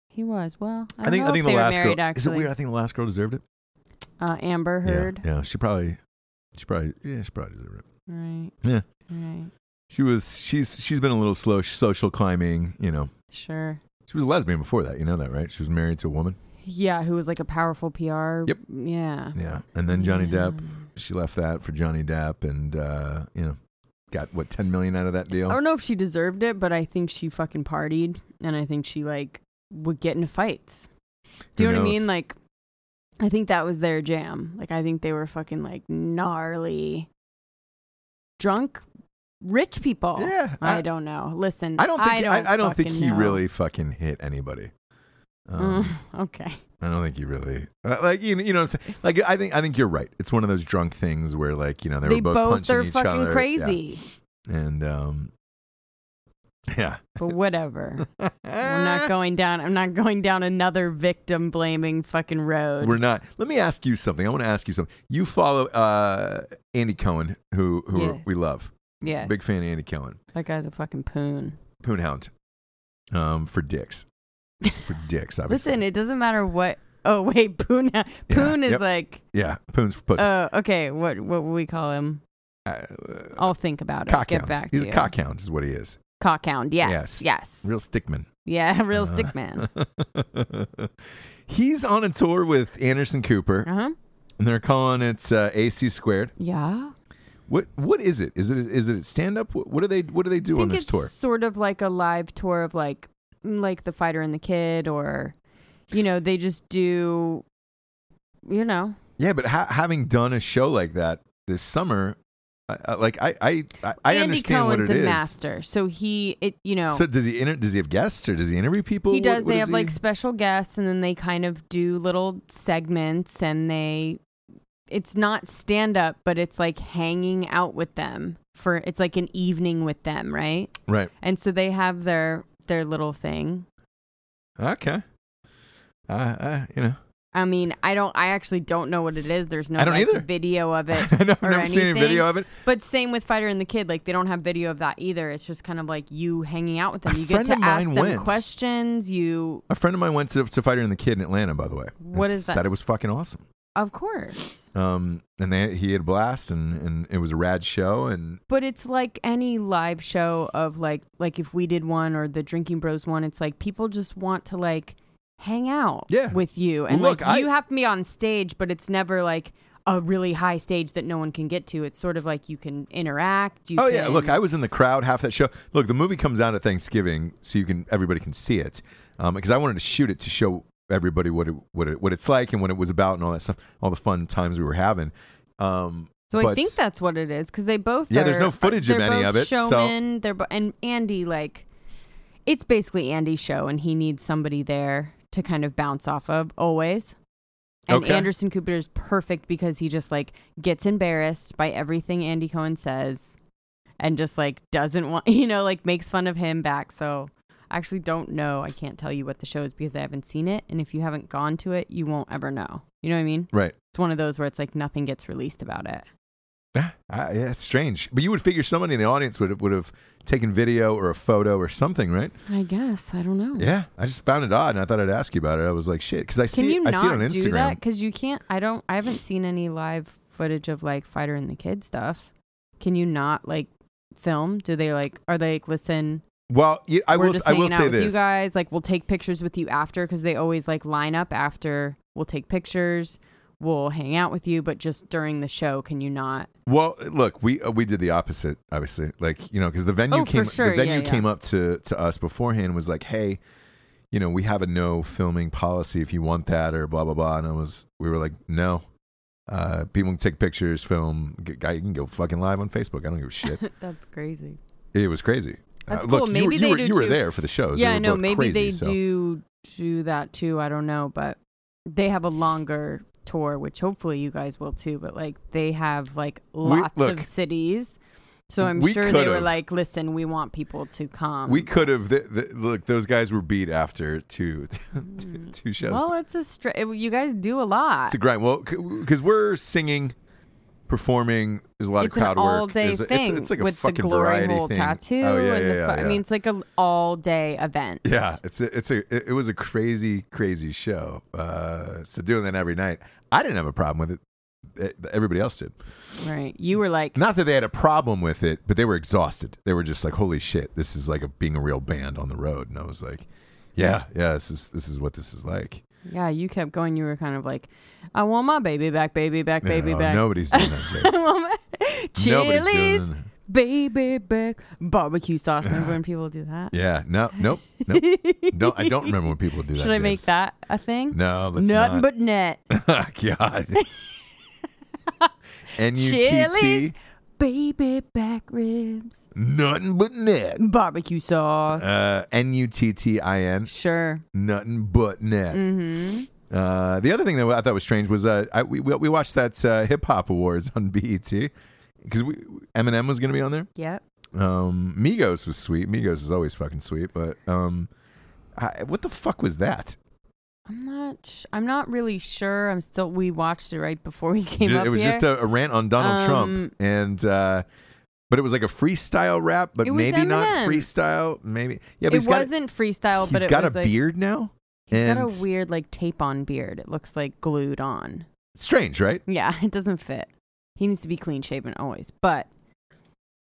He was. Well, I, don't think know I think if they the were last married, girl. Is it Actually, weird? I think the last girl deserved it. Uh, Amber Heard. Yeah, yeah. She probably, she probably, yeah, she probably deserved it. Right. Yeah. Right. She was, she's, she's been a little slow social climbing. You know, Sure. she was a lesbian before that. You know that, right? She was married to a woman. Yeah. Who was like a powerful PR? Yep. Yeah. Yeah, and then Johnny Yeah. Depp. She left that for Johnny Depp, and uh, you know, got what 10 million out of that deal. I don't know if she deserved it, but I think she fucking partied, and I think she like would get into fights. Do you Who know what I knows? mean? Like, I think that was their jam. Like, I think they were fucking like gnarly, drunk, rich people. Yeah, oh, I, I- don't know. Listen, I don't think I I don't, I, don't think fucking he know. really fucking hit anybody. Um, Mm, okay. I don't think he really uh, like you. You know, what I'm saying? like I think I think you're right. It's one of those drunk things where like you know they, They, were both, both, punching are each fucking other, crazy, yeah. and um, yeah. Eh, but whatever. We're I'm not going down. I'm not going down another victim blaming fucking road. We're not. Let me ask you something. I want to ask you something. You follow uh, Andy Cohen, who who Yes. we love. yes, Big fan of Andy Cohen, that guy's a fucking poon. Poonhound, um, for dicks, for dicks. Obviously, Listen, it doesn't matter what. Oh wait, Poon. Poon is yep. like. yeah, Poon's for pussy. Oh, okay. What what would we call him? Uh, I'll think about it. cockhound. Get back He's to a you. cockhound, is what he is. Cockhound. Yes. Yes. Yes. Real stickman. yeah. Real Uh, stick man. He's on a tour with Anderson Cooper, Uh huh. and they're calling it uh, AC Squared. Yeah. What what is it? Is it is it stand up? What, what do they what do they I do on think this it's tour? sort of like a live tour of like mm, like the fighter and the kid, or you know, they just do. You know, Yeah, but ha- having done a show like that this summer, I, I, like I I I, I Andy understand Cohen's what it a is. master, so he it you know So does he inter- does he have guests or does he interview people? He What- does. what they is have like he- special guests, and then they kind of do little segments, and they. It's not stand up, but it's like hanging out with them for. It's like an evening with them, right? right. And so they have their their little thing. Okay. Uh, uh, you know, I mean, I don't. I actually don't know what it is. There's no I don't like, either. video of it. I know, I've or never seen any anything. video of it. But same with Fighter and the Kid. Like they don't have video of that either. It's just kind of like you hanging out with them. A You friend get to of ask mine them went. questions. You, A friend of mine went to, to Fighter and the Kid in Atlanta, by the way. and What is that? Said it was fucking awesome. of course. Um, and they, he had a blast, and, and it was a rad show. And But it's like any live show of like like if we did one or the Drinking Bros one, it's like people just want to like hang out Yeah. with you. And Look, like I- you happen to be on stage, but it's never like a really high stage that no one can get to. It's sort of like you can interact. You oh yeah, can- look, I was in the crowd half that show. Look, the movie comes out at Thanksgiving, so you can everybody can see it. because I wanted to shoot it to show everybody what it, what it what it's like and what it was about and all that stuff, all the fun times we were having. Um, So I but- think that's what it is because they both Yeah, there's are- no footage of they're any both of it, so- Showmen, they're bo- and Andy like it's basically Andy's show, and he needs somebody there to kind of bounce off of always. And Okay. Anderson Cooper is perfect because he just like gets embarrassed by everything Andy Cohen says, and just like doesn't want you know like makes fun of him back. So I actually don't know. I can't tell you what the show is because I haven't seen it, and if you haven't gone to it, you won't ever know. You know what I mean? right. It's one of those where it's like nothing gets released about it. Yeah, I, yeah, it's strange. But you would figure somebody in the audience would have, would have taken video or a photo or something, right? I guess I don't know. Yeah, I just found it odd, and I thought I'd ask you about it. I was like, shit, because I Can see you it, I not see it on Instagram. do that? Because you can't. I don't. I haven't seen any live footage of like fighter and the kid stuff. Can you not like film? Do they like? Are they like listen? Well, yeah, I we're will Just I will hanging out say with You this. guys like we'll take pictures with you after because they always like line up after. We'll take pictures. We'll hang out with you, but just during the show, can you not? Well, look, we uh, we did the opposite, obviously. Like you know, because the venue Oh, for came sure. the venue Yeah, yeah. came up to to us beforehand and was like, hey, you know, we have a no filming policy if you want that or blah blah blah. And I was we were like, no, uh, people can take pictures, film. G- Guy, you can go fucking live on Facebook. I don't give a shit. That's crazy. it was crazy. That's uh, cool. Look, you Maybe were, you they were, do you were too. there for the shows. yeah, They I were know. both Maybe crazy, they so. do do that too. I don't know, but they have a longer tour, which hopefully you guys will too. But like they have like lots look, of cities, so I'm we sure they were could've. like, "Listen, we want people to come." We could have. Th- th- look, those guys were beat after two two- two shows. Mm. well, it's a str- you guys do a lot. It's a grind. Well, because we're singing, performing. There's a lot it's of crowd an all work. day There's a- it's- thing it's, like a with fucking the glory variety hole thing. tattoo. Oh yeah, and yeah, the yeah, fu- I yeah. mean, it's like an all day event. yeah, it's a, it's a it, it was a crazy crazy show. Uh, so doing that every night, I didn't have a problem with it. Eh, Everybody else did. right. You were like, Not that they had a problem with it, but they were exhausted. They were just like, "Holy shit, this is like a, being a real band on the road." And I was like, "Yeah, yeah, this is this is what this is like." yeah, you kept going. You were kind of like, "I want my baby back, baby back, baby oh, No, back." Nobody's doing that. Jace. Nobody's doing Chili's, that. Uh-huh. baby back, barbecue sauce. Remember when people do that? Yeah. No. Nope. Nope. don't. I don't remember when people do that. Should I make James. that a thing? No. Let's Nothing not. but net. God. N U T Chili's, T. baby back ribs, Nothing but net. barbecue sauce. Uh, N U T T I N. sure. Mm-hmm. Nothing but net. Mm. Uh, the other thing that I thought was strange was uh, I, we we we watched that uh, hip hop awards on BET because we Eminem was going to be on there. Yep. Um, Migos was sweet. Migos is always fucking sweet, but um, I, what the fuck was that? I'm not. Sh- I'm not really sure. I'm still. We watched it right before we came Ju- up it was here. just a, a rant on Donald Um, Trump, and uh, but it was like a freestyle rap, but It was maybe not Eminem. freestyle. Maybe yeah, but it he's got wasn't freestyle, A, but he's it got a was like, beard now, He's and got a weird like tape on beard. It looks like glued on. strange, right? Yeah, it doesn't fit. He needs to be clean shaven always. But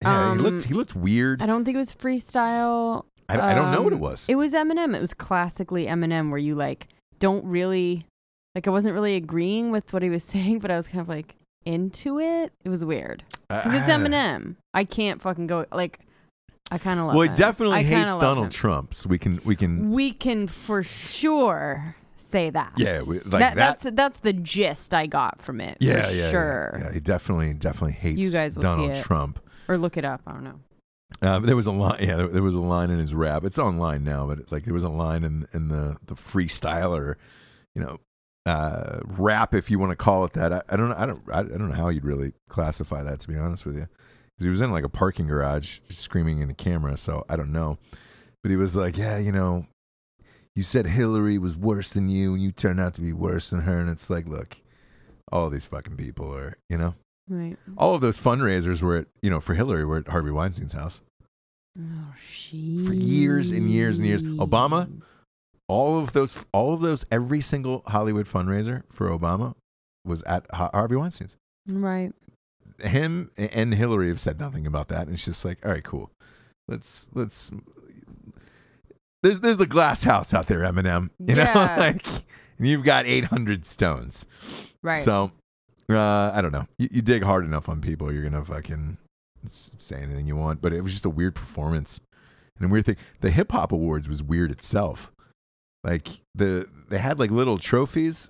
Yeah, Um, he looked he looked weird. I don't think it was freestyle. I, I don't know what it Um, was. It was Eminem. It was classically Eminem, where you like don't really like. I wasn't really agreeing with what he was saying, but I was kind of like into it. It was weird because it's Ah. Eminem. I can't fucking go like. I kind of love. Well, he him. definitely I kinda hates love Donald him. Mm, Trump, so we can we can. We can for sure say that. Yeah, we- like that- That's that's the gist I got from it. for Yeah, yeah, yeah, sure. Yeah, he definitely definitely hates You guys will see Donald it. Trump. Or look it up. I don't know. Uh, but there was a line. Yeah, there, there was a line in his rap. It's online now, but like there was a line in in the the freestyler, you know, uh, rap if you want to call it that. I, I don't know. I don't. I, I don't know how you'd really classify that. To be honest with you, because he was in like a parking garage screaming in a camera. So I don't know. But he was like, yeah, you know, you said Hillary was worse than you, and you turned out to be worse than her. And it's like, look, all these fucking people are, you know, Right. all of those fundraisers were at, you know, for Hillary were at Harvey Weinstein's house. Oh, she. for years and years and years. Obama, all of those, all of those, every single Hollywood fundraiser for Obama was at Ha- Harvey Weinstein's. Right. Him and Hillary have said nothing about that, and it's just like, all right, cool. Let's let's. There's there's a glass house out there, Eminem. You Yeah. know, like, and you've got 800 stones. Right. So, uh, I don't know. You, you dig hard enough on people, you're gonna fucking s- say anything you want. But it was just a weird performance and a weird thing. The hip hop awards was weird itself Like the they had like little trophies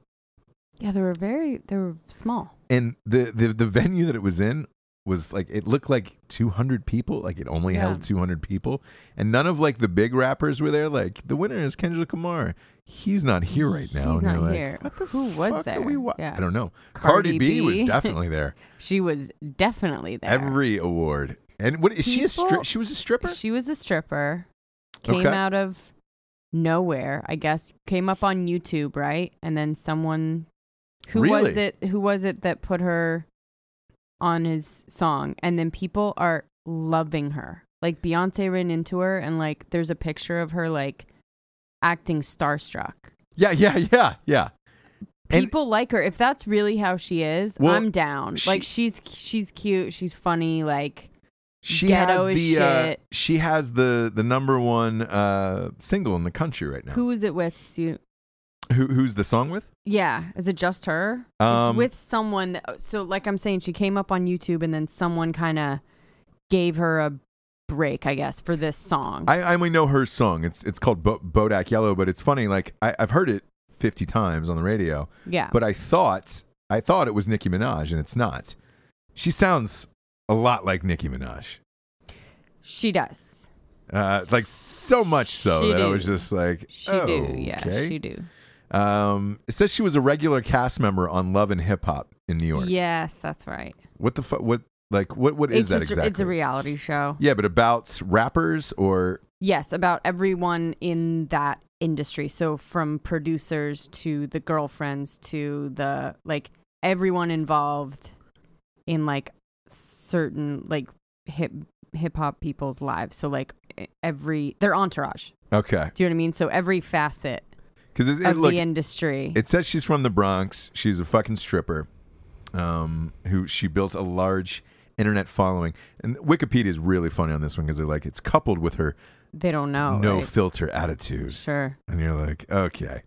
Yeah, they were very they were small. and the, the the venue that it was in was like it looked like 200 people like it only Yeah. held 200 people and none of like the big rappers were there like the winner is Kendrick Lamar he's not here right now He's and you're not like, here. what the Who was fuck are there? we wa- Yeah. I don't know Cardi, Cardi B, was B. definitely there She was definitely there. every award and what is she a stri- People- she was a stripper She was a stripper. Came Okay. out of nowhere, I guess. Came up on YouTube, right? And then someone who was Really? it who was it that put her on his song? And then people are loving her. Like Beyonce ran into her and like there's a picture of her like acting starstruck. yeah yeah yeah yeah And- People like her. If that's really how she is, Well, I'm down. she- like she's she's cute, she's funny, like she has Ghetto as the uh, shit. she has the the number one uh single in the country right now who is it with? Do you, Who, who's the song with Yeah. Is it just her? Um, it's with someone. That, so, like I'm saying, she came up on YouTube and then someone kind of gave her a break, I guess, for this song. I, I only know her song. It's it's called Bo- Bodak Yellow, but it's funny. Like I, I've heard it fifty times on the radio, yeah. but I thought I thought it was Nicki Minaj, and it's not. She sounds a lot like Nicki Minaj, she does. uh, like so much so She that I do. was just like, She oh, do. Yeah. okay. She do. Um, it says she was a regular cast member on Love and Hip Hop in New York. Yes, that's right. What the fuck? What like what? What is it's that just, exactly? It's a reality show. yeah, but about rappers or Yes, about everyone in that industry. So from producers to the girlfriends to the like everyone involved in like certain like hip hip hop people's lives. So like e- every their entourage. okay, Do you know what I mean? So every facet because it, it of look the industry. It says she's from the Bronx. She's a fucking stripper, um, who she built a large internet following. And Wikipedia is really funny on this one because they're like, it's coupled with her they don't know. no Oh, right? filter attitude, sure. and you're like, okay.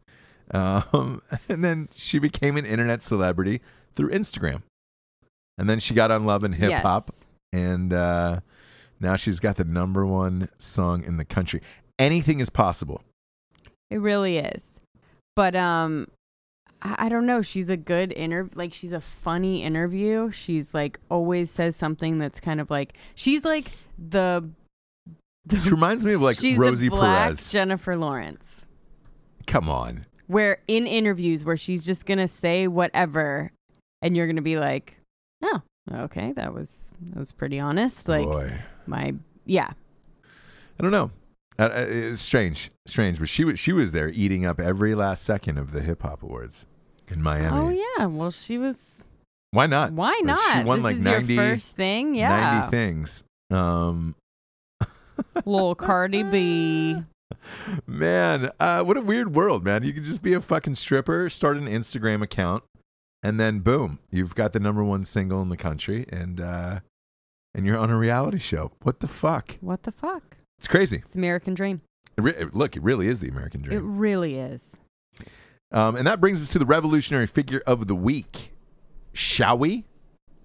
Um, and then she became an internet celebrity through Instagram, and then she got on Love and Hip Hop, Yes. and uh, now she's got the number one song in the country. Anything is possible. It really is. But um I I don't know. She's a good interview. Like she's a funny interview. She's like always says something that's kind of like she's like the, the She reminds me of like she's Rosie the black Perez. Jennifer Lawrence. Come on. Where in interviews where she's just gonna say whatever, and you're gonna be like, oh, okay, that was that was pretty honest. Like Boy. my yeah, I don't know. Uh, uh, it's strange, strange. But she was she was there eating up every last second of the hip hop awards in Miami. oh yeah. Well, she was. Why not? Why Like, not? She won this like is 90, your first thing. Yeah, 90 things. Um, Lil Cardi B. man, uh, what a weird world, man. You could just be a fucking stripper, start an Instagram account, and then boom, you've got the number one single in the country, and uh, and you're on a reality show. What the fuck? What the fuck? It's crazy. It's the American dream. It re- it- look, it really is the American dream. It really is. um, and that brings us to the revolutionary figure of the week. Shall we?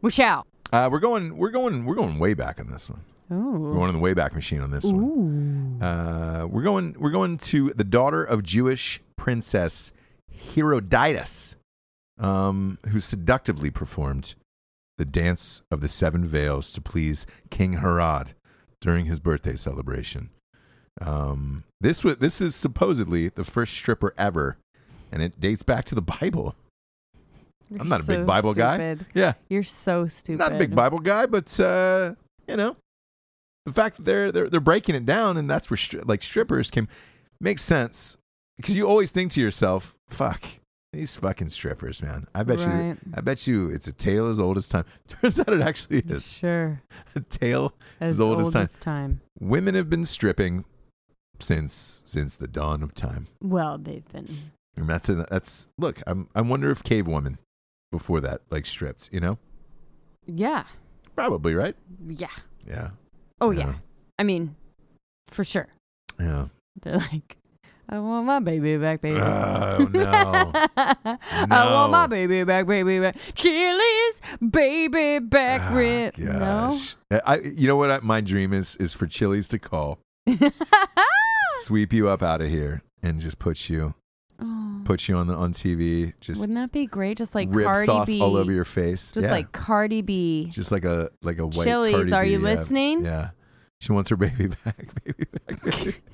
We shall. Uh, we're going, we're going, we're going way back on this one. We're Ooh. going on the way back machine on this one. Uh, we're going, we're going to the daughter of Jewish princess Herodias, um, who seductively performed the dance of the seven veils to please King Herod during his birthday celebration. Um, this was, this is supposedly the first stripper ever, and it dates back to the Bible. I'm not a big Bible guy. Yeah. You're so stupid. Not a big Bible guy, but uh, you know, the fact that they're they're they're breaking it down, and that's where stri- like strippers came makes sense because you always think to yourself, "Fuck these fucking strippers, man." I bet you, Right. I bet you, it's a tale as old as time. Turns out it actually is Sure. a tale As, old old, as as time. time. Women have been stripping since since the dawn of time, Well, they've been. and that's a, that's look. I'm I wonder if cave women before that like stripped, you know, Yeah. probably right. Yeah. Yeah. Oh, Yeah. yeah. I mean, for sure. Yeah. They're like, I want my baby back, baby. Oh no. I want No. my baby back, baby back. Chili's baby back Ah, rib. No. gosh. Eh, I, you know what I, my dream is is for Chili's to call, sweep you up out of here, and just puts you Oh, puts you on the on TV, just wouldn't that be great? Just like rib Cardi sauce B, all over your face. just yeah. like Cardi B. just like a like a white Chili's, Cardi are B, you yeah. listening? Yeah. She wants her baby back, baby back. baby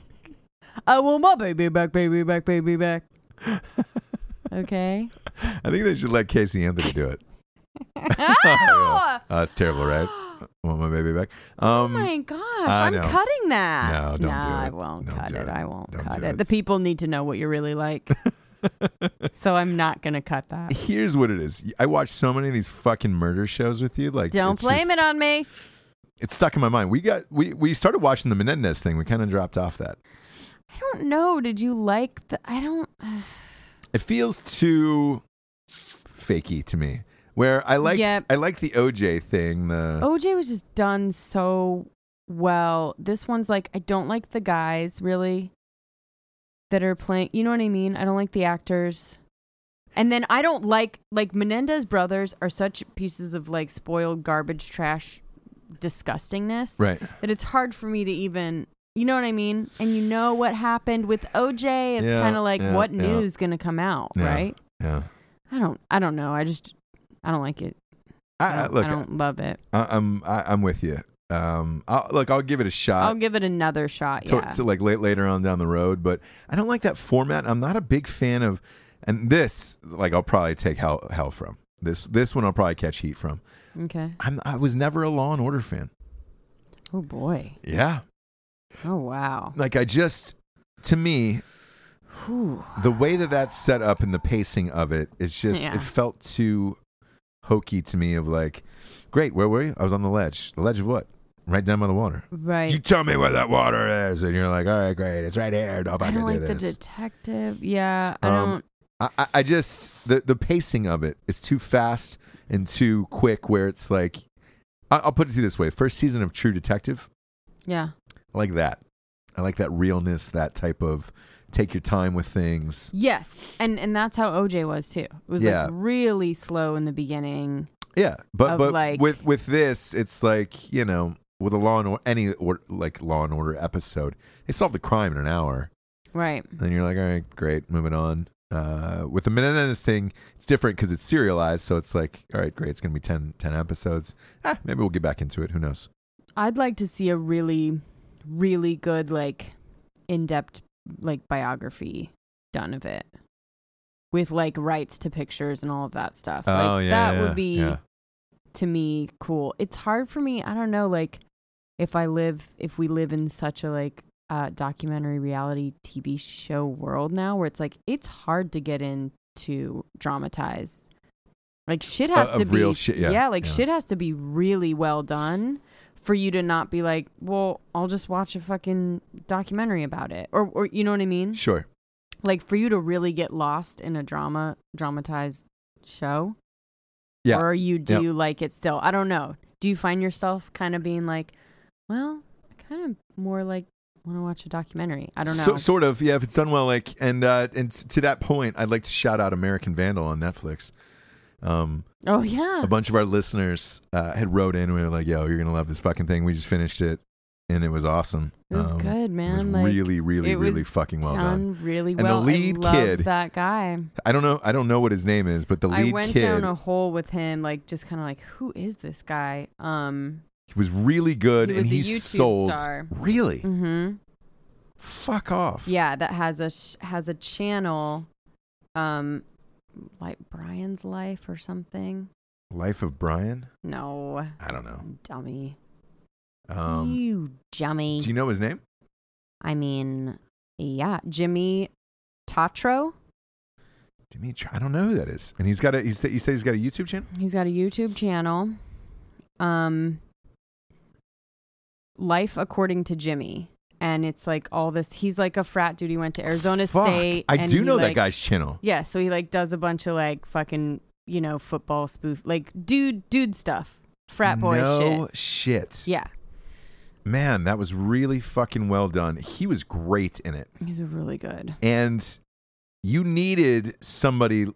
I want my baby back, baby back, baby back. back. Okay. I think they should let Casey Anthony do it. Ah! Ow! Uh, it's terrible, right? I want my baby back. Oh Um, my gosh, I I'm know. cutting that. No, don't do I it. won't Don't cut do it. it. I won't Don't cut do it. it. The people need to know what you're really like. so I'm not going to cut that. here's what it is. I watched so many of these fucking murder shows with you. Like, Don't it's blame just- it on me. It's stuck in my mind. We got we we started watching the Menendez thing. We kind of dropped off that. I don't know. Did you like the. I don't. It feels too fakey to me. Where I like Yep. Oh. I like the OJ thing. The OJ was just done so well. This one's like, I don't like the guys really that are playing. You know what I mean? I don't like the actors. And then I don't like, like, Menendez brothers are such pieces of like spoiled garbage trash disgustingness right. that it's hard for me to even. You know what I mean? And you know what happened with OJ? It's Yeah, kind of like yeah, what yeah. news going to come out, Yeah. right? Yeah. I don't I don't know. I just I don't like it. I I, I, don't, look, I I don't love it. I'm I, I'm with you. Um, I'll, look, I'll give it a shot. I'll give it another shot. to, Um, yeah. to like late later on down the road. But I don't like that format. I'm not a big fan of, and this like I'll probably take hell hell from this this one. I'll probably catch heat from. okay. I'm, I was never a Law and Order fan. Oh boy. Yeah, Oh wow. like I just to me Whew. the way that that's set up and the pacing of it is just Yeah. it felt too hokey to me. Of like, great, where were you? I was on the ledge. The ledge of what? Right down by the water. Right. You tell me where that water is, and you're like, all right, great, it's right here. No, I, I can don't like do the this. detective. Yeah. I Um, don't. I- I, I just the the pacing of it is too fast and too quick. Where it's like, I, I'll put it to you this way: first season of True Detective, Yeah. I like that. I like that realness, that type of take your time with things. Yes. And and that's how OJ was too. It was Yeah. like really slow in the beginning. Yeah, but Of but like- with with this, it's like you know, with a Law and Order, any or, like Law and Order episode, they solve the crime in an hour. Right. Then you're like, all right, great, moving on. Uh, with the Menendez thing, it's different because it's serialized. So it's like, all right, great, it's going to be 10, 10 episodes. Ah, maybe we'll get back into it. Who knows? I'd like to see a really, really good like in-depth like biography done of it with like rights to pictures and all of that stuff. Oh, like, that would be to me cool. It's hard for me. I don't know, like if I live, if we live in such a like uh, documentary reality TV show world now, where it's like it's hard to get into dramatized. Like shit has Uh, to of be real shit, yeah, like yeah. shit has to be really well done for you to not be like, well, I'll just watch a fucking documentary about it, or or you know what I mean? Sure. Like for you to really get lost in a drama dramatized show Yeah. or you do you like it still i don't know do you find yourself kind of being like well i kind of more like want to watch a documentary i don't know So, sort of. Yeah, if it's done well. Like, and, uh, and s- to that point, I'd like to shout out American Vandal on Netflix. Um, oh yeah a bunch of our listeners uh, had wrote in and we were like, yo, you're going to love this fucking thing. We just finished it and it was awesome. it was Um, good man It was like really, really, it was really fucking well done. done really And the well lead I love kid, that guy I don't know. I don't know what his name is, but the i lead went kid down a hole with him like just kind of like who is this guy um he was really good, He and was a he YouTube sold. star. Really, mhm fuck off. yeah that has a sh- has a channel um like brian's life or something Life of Brian. no I don't know. dummy Um, you dummy. do you know his name? I mean, yeah, Jimmy Tatro. Dimitri. I don't know who that is. And he's got a. You say you say he's got a YouTube channel. He's got a YouTube channel. Um, Life According to Jimmy. And it's like all this. He's like a frat dude. He went to Arizona Fuck. State. I and do he, know that like- guy's channel. Yeah, so he like does a bunch of like fucking you know football spoof, like dude dude stuff, frat boy No shit. shit. Yeah, Man, that was really fucking well done. He was great in it, he's really good. and you needed somebody.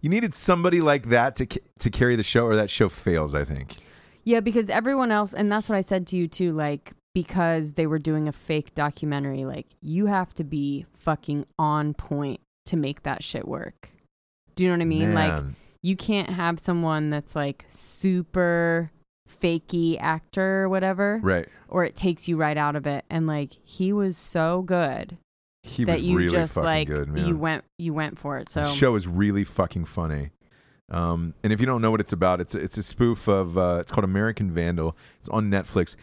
You needed somebody like that to ca- to carry the show, or that show fails. I think. Yeah, because everyone else, and that's what I said to you too. Like because they were doing a fake documentary. Like, you have to be fucking on point to make that shit work. Do you know what I mean? Like, Man. you can't have someone that's like super fakey actor or whatever, right. or it takes you right out of it. And like, he was so good He that was you really just fucking like good, man. you went you went for it. So The show is really fucking funny. Um, and if you don't know what it's about, it's it's a spoof of uh, it's called American Vandal. It's on Netflix.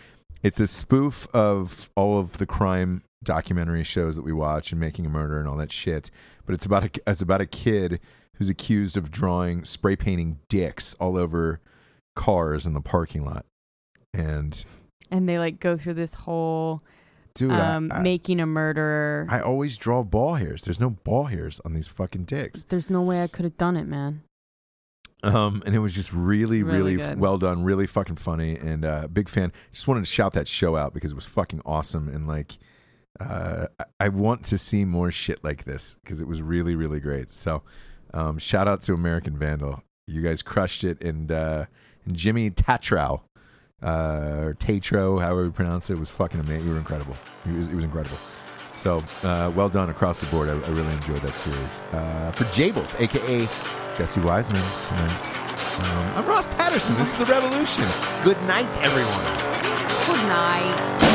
It's a spoof of all of the crime documentary shows that we watch and Making a Murder and all that shit. But it's about a, it's about a kid who's accused of drawing spray painting dicks all over cars in the parking lot. And and they like go through this whole dude, I- um, I, making a murderer. I always draw ball hairs. There's no ball hairs on these fucking dicks. There's no way I could have done it, man. Um, and it was just really, really, Really f- good. well done, really fucking funny, and uh, big fan. Just wanted to shout that show out because it was fucking awesome, and like, uh, I-, I want to see more shit like this because it was really, really great. So, um, shout out to American Vandal. You guys crushed it, and uh, and Jimmy Tatrow, uh, or Tatro, however you pronounce it, was fucking amazing. You were incredible. He was, he was incredible. So, uh, well done across the board. I, I really enjoyed that series. Uh, for Jables, aka Jesse Wiseman, tonight. Um, I'm Ross Patterson. This is the Revolution. Good night, everyone. Good night.